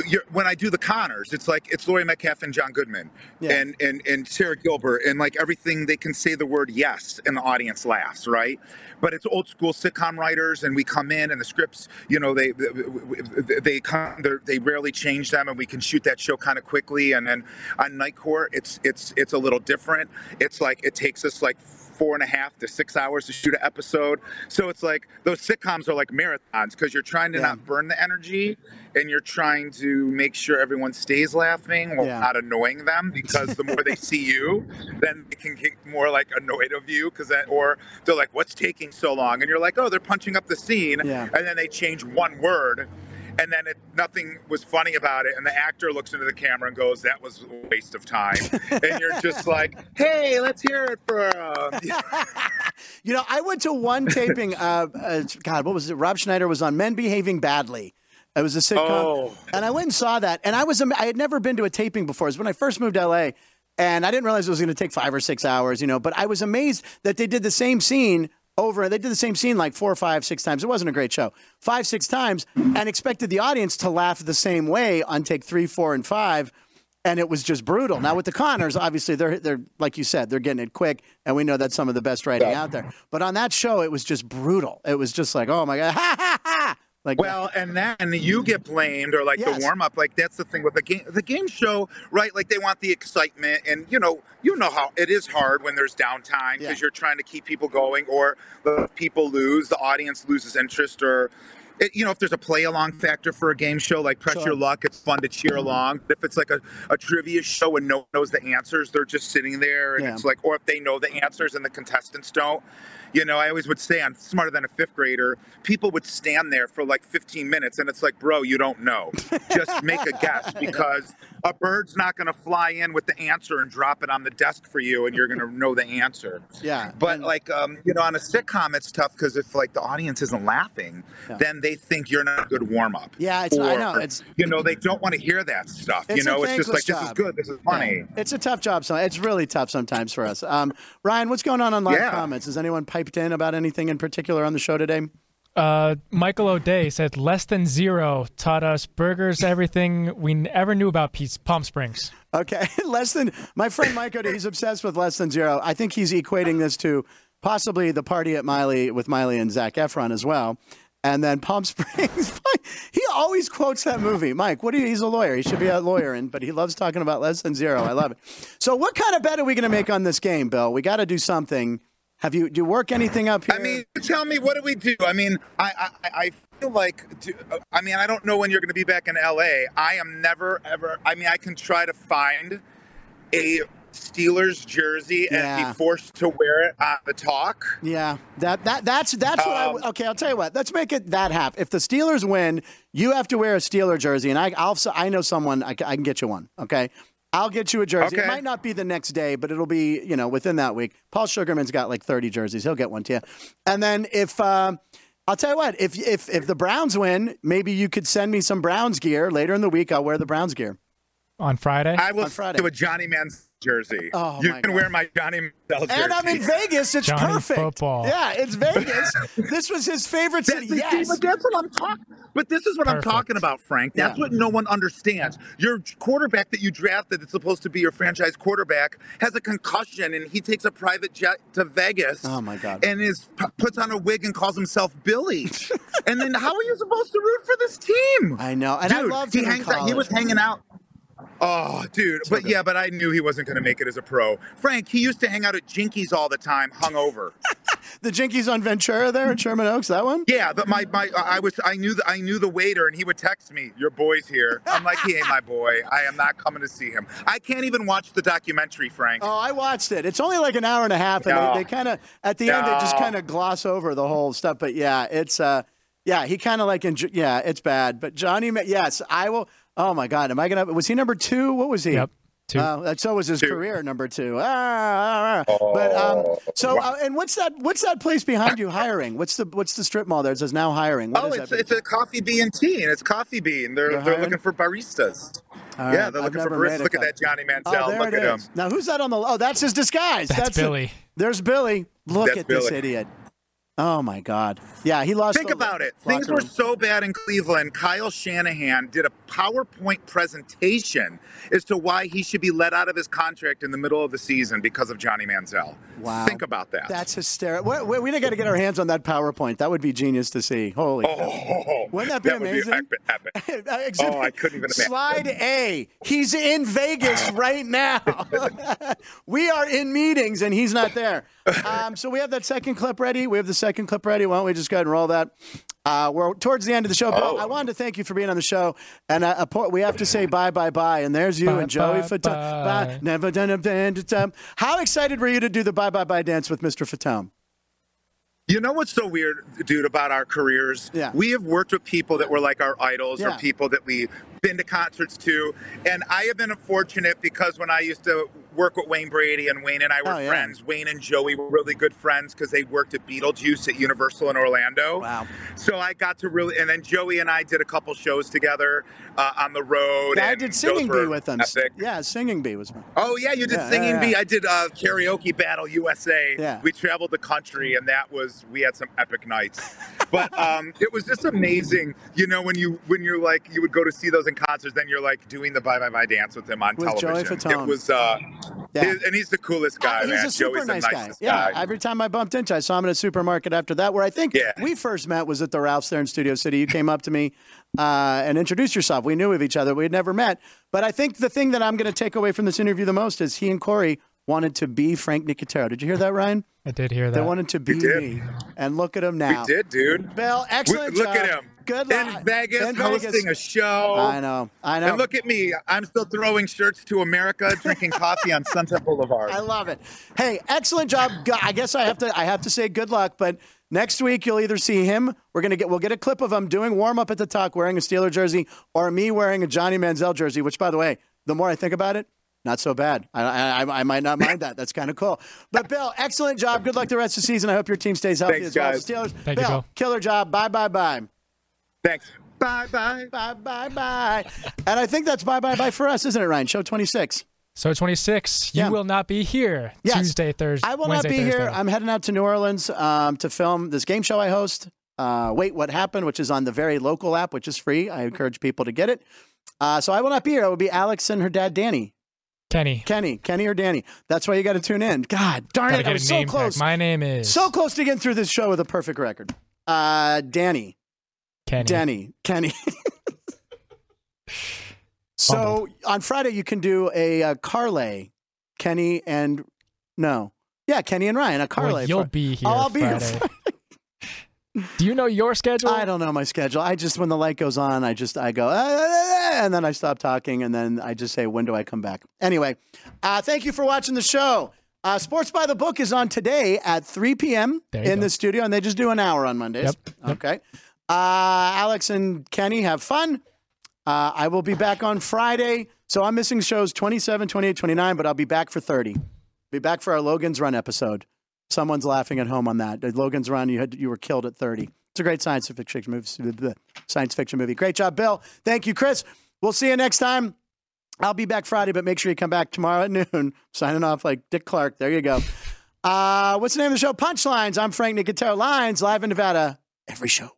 you're, when I do the Connors, it's like it's Laurie Metcalf and John Goodman
Yeah.
and, and and Sarah Gilbert and like everything they can say the word yes and the audience laughs, right? But it's old school sitcom writers, and we come in and the scripts, you know, they they, they come they're- they rarely change them, and we can shoot that show kind of quickly. And then on Night Court, it's it's it's a little different. It's like it takes us like four and a half to six hours to shoot an episode. So it's like those sitcoms are like marathons because you're trying to
Yeah.
not burn the energy and you're trying to make sure everyone stays laughing while
Yeah.
not annoying them because the more they see you, then they can get more like annoyed of you because that or they're like, what's taking so long? And you're like, oh, they're punching up the scene.
Yeah.
And then they change one word. And then it, nothing was funny about it, and the actor looks into the camera and goes, "That was a waste of time." and you're just like, "Hey, let's hear it from."
You know, I went to one taping. Uh, uh, God, what was it? Rob Schneider was on Men Behaving Badly. It was a sitcom,
Oh.
and I went and saw that. And I was am- I had never been to a taping before. It was when I first moved to LA, and I didn't realize it was going to take five or six hours. You know, but I was amazed that they did the same scene over. They did the same scene like four or five, six times. It wasn't a great show, five, six times, and expected the audience to laugh the same way on take three, four, and five and it was just brutal. Now with the Connors, obviously they're they're like you said, they're getting it quick, and we know that's some of the best writing out there. But on that show, it was just brutal. It was just like, oh my god, ha ha ha! Like,
Well, and then you get blamed, or like
Yes.
the warm up. Like that's the thing with the game. The game show, right? Like they want the excitement, and you know, you know how it is hard when there's downtime because
Yeah.
you're trying to keep people going, or the people lose, the audience loses interest, or. It, you know, if there's a play along factor for a game show, like press
Sure. Mm-hmm.
your luck, it's fun to cheer along. But if it's like a, a trivia show and no one knows the answers, they're just sitting there and
Yeah.
it's like, or if they know the answers and the contestants don't, you know, I always would say I'm smarter than a fifth grader. People would stand there for like 15 minutes and it's like, bro, you don't know. Just make a guess because a bird's not going to fly in with the answer and drop it on the desk for you and you're going to know the answer.
yeah,
But
and-
like, um, you know, on a sitcom, it's tough because if like the audience isn't laughing,
Yeah.
then they think you're not a good warm up.
Yeah, it's- I know, it's-
you know, they don't want to hear that stuff.
It's
you
a
know, it's just like
thankless
this is
job.
good, this is funny.
yeah, it's a tough job. So it's really tough sometimes for us. Um, Ryan, what's going on on live
Yeah.
comments? Has anyone piped in about anything in particular on the show today?
Uh, Michael O'Day said less than zero taught us burgers, everything we never knew about Pete's Palm Springs.
Okay, less than my friend Mike O'Day. He's obsessed with less than zero. I think he's equating this to possibly the party at Miley with Miley and Zach Efron as well, and then Palm Springs. he always quotes that movie. Mike, what do you? He's a lawyer. He should be a lawyer, and but he loves talking about less than zero. I love it. So, what kind of bet are we going to make on this game, Bill? We got to do something. Have you do you work anything up here?
I mean, tell me, what do we do? I mean, I I, I feel like, do- I mean, I don't know when you're going to be back in LA. I am never ever. I mean, I can try to find a Steelers jersey and
Yeah.
be forced to wear it on the talk.
Yeah, that that that's that's what I w
Um,
okay. I'll tell you what. Let's make it that half. If the Steelers win, you have to wear a Steeler jersey, and I I'll s- I know someone I, ca- I can get you one. Okay, I'll get you a jersey. It
Okay.
might not be the next day, but it'll be you know within that week. Paul Sugarman's got like thirty jerseys. He'll get one to you. And then if um I'll tell you what, if if if the Browns win, maybe you could send me some Browns gear later in the week. I'll wear the Browns gear.
On Friday,
I will
On Friday.
do a Johnny Man's jersey.
Oh,
you
my
can
God.
wear my Johnny Man's jersey.
And I'm in Vegas. It's
Johnny
perfect.
football.
Yeah, it's Vegas. this was his favorite
That's,
city.
see,
Yes.
but that's what I'm talking. But this is what
Perfect.
I'm talking about, Frank. That's
Yeah.
what no one understands. Your quarterback that you drafted, that's supposed to be your franchise quarterback, has a concussion, and he takes a private jet to Vegas.
Oh, my God.
And is p- puts on a wig and calls himself Billy. and then how are you supposed to root for this team?
I know, and I
Dude,
loved
he
him in
hangs out. He was
college.
hanging out. Oh, dude, but yeah, but I knew he wasn't going to make it as a pro. Frank, he used to hang out at Jinkies all the time, hungover.
The Jinkies on Ventura there in Sherman Oaks, that one?
Mm-hmm. Yeah, but my, my I was I knew the, I knew the waiter and he would text me, "Your boy's here." I'm like, "He ain't my boy. I am not coming to see him." I can't even watch the documentary, Frank.
Oh, I watched it. It's only like an hour and a half, and
No.
they, they kind of at the end they just
No.
kind of gloss over the whole stuff. But yeah, it's uh, yeah, he kind of like enjo- yeah, it's bad. But Johnny, Ma- yes, I will. Oh my God, am I gonna? Was he number two? What was he?
Yep, two.
Uh, that so was his career number two. Ah, ah, ah. But
Oh,
um, so uh, and what's that? What's that place behind you hiring? What's the what's the strip mall there? It says now hiring. What
Oh,
is
it's
that?
it's a coffee B and T, and it's coffee bean. They're
They're
they're,
hiring?
looking for baristas.
All
yeah,
right,
they're
I've
looking for
never made
baristas.
it,
Look at
though.
that Johnny Manziel.
Oh, there
Look
it
at him.
is. Now who's that on the? Oh, that's his disguise.
That's
it.
Billy.
There's Billy. Look
That's
at this
Billy.
idiot. Oh my God. Yeah, he lost.
Think
the
about it.
locker
Things were
room.
so bad in Cleveland. Kyle Shanahan did a PowerPoint presentation as to why he should be let out of his contract in the middle of the season because of Johnny Manziel.
Wow.
Think about that.
That's hysterical. We, we, we got to get our hands on that PowerPoint. That would be genius to see. Holy. cow.
oh,
Wouldn't that be amazing?
Would be epic, epic.
Exhibit-
Oh, I couldn't even imagine.
Slide A. He's in Vegas right now. we are in meetings and he's not there. Um, so we have that second clip ready. We have the second clip ready. Why don't we just go ahead and roll that? Uh, we're towards the end of the show, Bill.
Oh.
I wanted to thank you for being on the show, and uh, uh, we have to say bye, bye, bye. And there's you
Bye,
and Joey
bye,
Fatone.
bye.
Bye. Never done a band. How excited were you to do the bye, bye, bye dance with Mr. Fatone?
You know what's so weird, dude, about our careers?
Yeah.
We have worked with people that were like our idols
Yeah.
or people that we've been to concerts to. And I have been fortunate because when I used to work with Wayne Brady and Wayne and I were
Oh, yeah.
friends, Wayne and Joey were really good friends because they worked at Beetlejuice at Universal in Orlando.
Wow.
So I got to really, and then Joey and I did a couple shows together uh, on the road.
Yeah, I
and
did
those
singing bee
were
with them.
epic.
Yeah, singing bee was fun.
Oh yeah, you did
Yeah,
singing
yeah,
bee.
yeah.
I did uh, karaoke battle USA.
Yeah.
We traveled the country, and that was we had some epic nights. but um, it was just amazing, you know, when you when you're like you would go to see those in concerts, then you're like doing the bye bye bye dance with him on
With Joey
television.
Fatone.
It was, uh,
Yeah.
his- and he's the coolest guy,
Uh, he's
man.
a super
Joey's
nice
the
guy.
nicest
Yeah.
guy.
Every time I bumped into, I saw him in a supermarket after that, where I think
Yeah.
we first met was at the Ralph's there in Studio City. You came up to me uh, and introduced yourself. We knew of each other. We had never met. But I think the thing that I'm going to take away from this interview the most is he and Corey wanted to be Frank Nicotero. Did you hear that, Ryan?
I did hear
They
that.
wanted to be
did.
me. And look at him
we
now.
did, dude.
Bill, excellent
We- look at
job.
him.
Good luck.
in Vegas,
In Vegas.
hosting a show.
I know. I know.
And look at me. I'm still throwing shirts to America, drinking coffee on Sunset Boulevard.
I love it. Hey, excellent job. Go- I guess I have to I have to say good luck, but next week you'll either see him, we're going to get we'll get a clip of him doing warm up at the talk wearing a Steeler jersey or me wearing a Johnny Manziel jersey, which by the way, the more I think about it, not so bad. I I, I- I might not mind that. That's kind of cool. But Bill, excellent job. Good luck the rest of the season. I hope your team stays healthy
Thanks,
as well.
guys.
Steelers.
Thank you,
Bill,
Bill.
killer job. Bye bye bye.
Thanks. Bye bye.
Bye bye bye. and I think that's bye bye bye for us, isn't it, Ryan? Show 26.
So 26, you
Yeah.
will not be here
Yes.
Tuesday, Thursday.
I will
Wednesday,
not be
Thursday.
here. I'm heading out to New Orleans um, to film this game show I host. Uh, Wait, what happened? Which is on the very local app, which is free. I encourage people to get it. Uh, so I will not be here. It will be Alex and her dad, Danny,
Kenny.
Kenny, Kenny or Danny. That's why you got to tune in. God darn
Gotta
it!
get
I
a
was so
name tag.
close,
My name is
so close to getting through this show with a perfect record. Uh, Danny,
Kenny.
Danny, Kenny. so
Bumbled.
on Friday you can do a, uh parlay, Kenny and no, yeah, Kenny and Ryan a
Well,
parlay.
you'll
for-
be here.
Oh, I'll be here
Friday. Do you know your schedule?
I don't know my schedule. I just when the light goes on, I just I go "Ah, ah, ah," and then I stop talking and then I just say when do I come back? Anyway, uh, thank you for watching the show. Uh, Sports by the Book is on today at 3 p.m.
There you
in
go.
the studio, and they just do an hour on Mondays.
Yep, yep.
Okay. Uh, Alex and Kenny have fun. Uh, I will be back on Friday. So I'm missing shows 27, 28, 29, but I'll be back for 30. Be back for our Logan's Run episode. Someone's laughing at home on that. At Logan's Run, you had you were killed at 30. It's a great science fiction movie. Science fiction movie. Great job, Bill. Thank you, Chris. We'll see you next time. I'll be back Friday, but make sure you come back tomorrow at noon. Signing off like Dick Clark. There you go. Uh, what's the name of the show? Punchlines. I'm Frank Nicotero. Lines live in Nevada every show.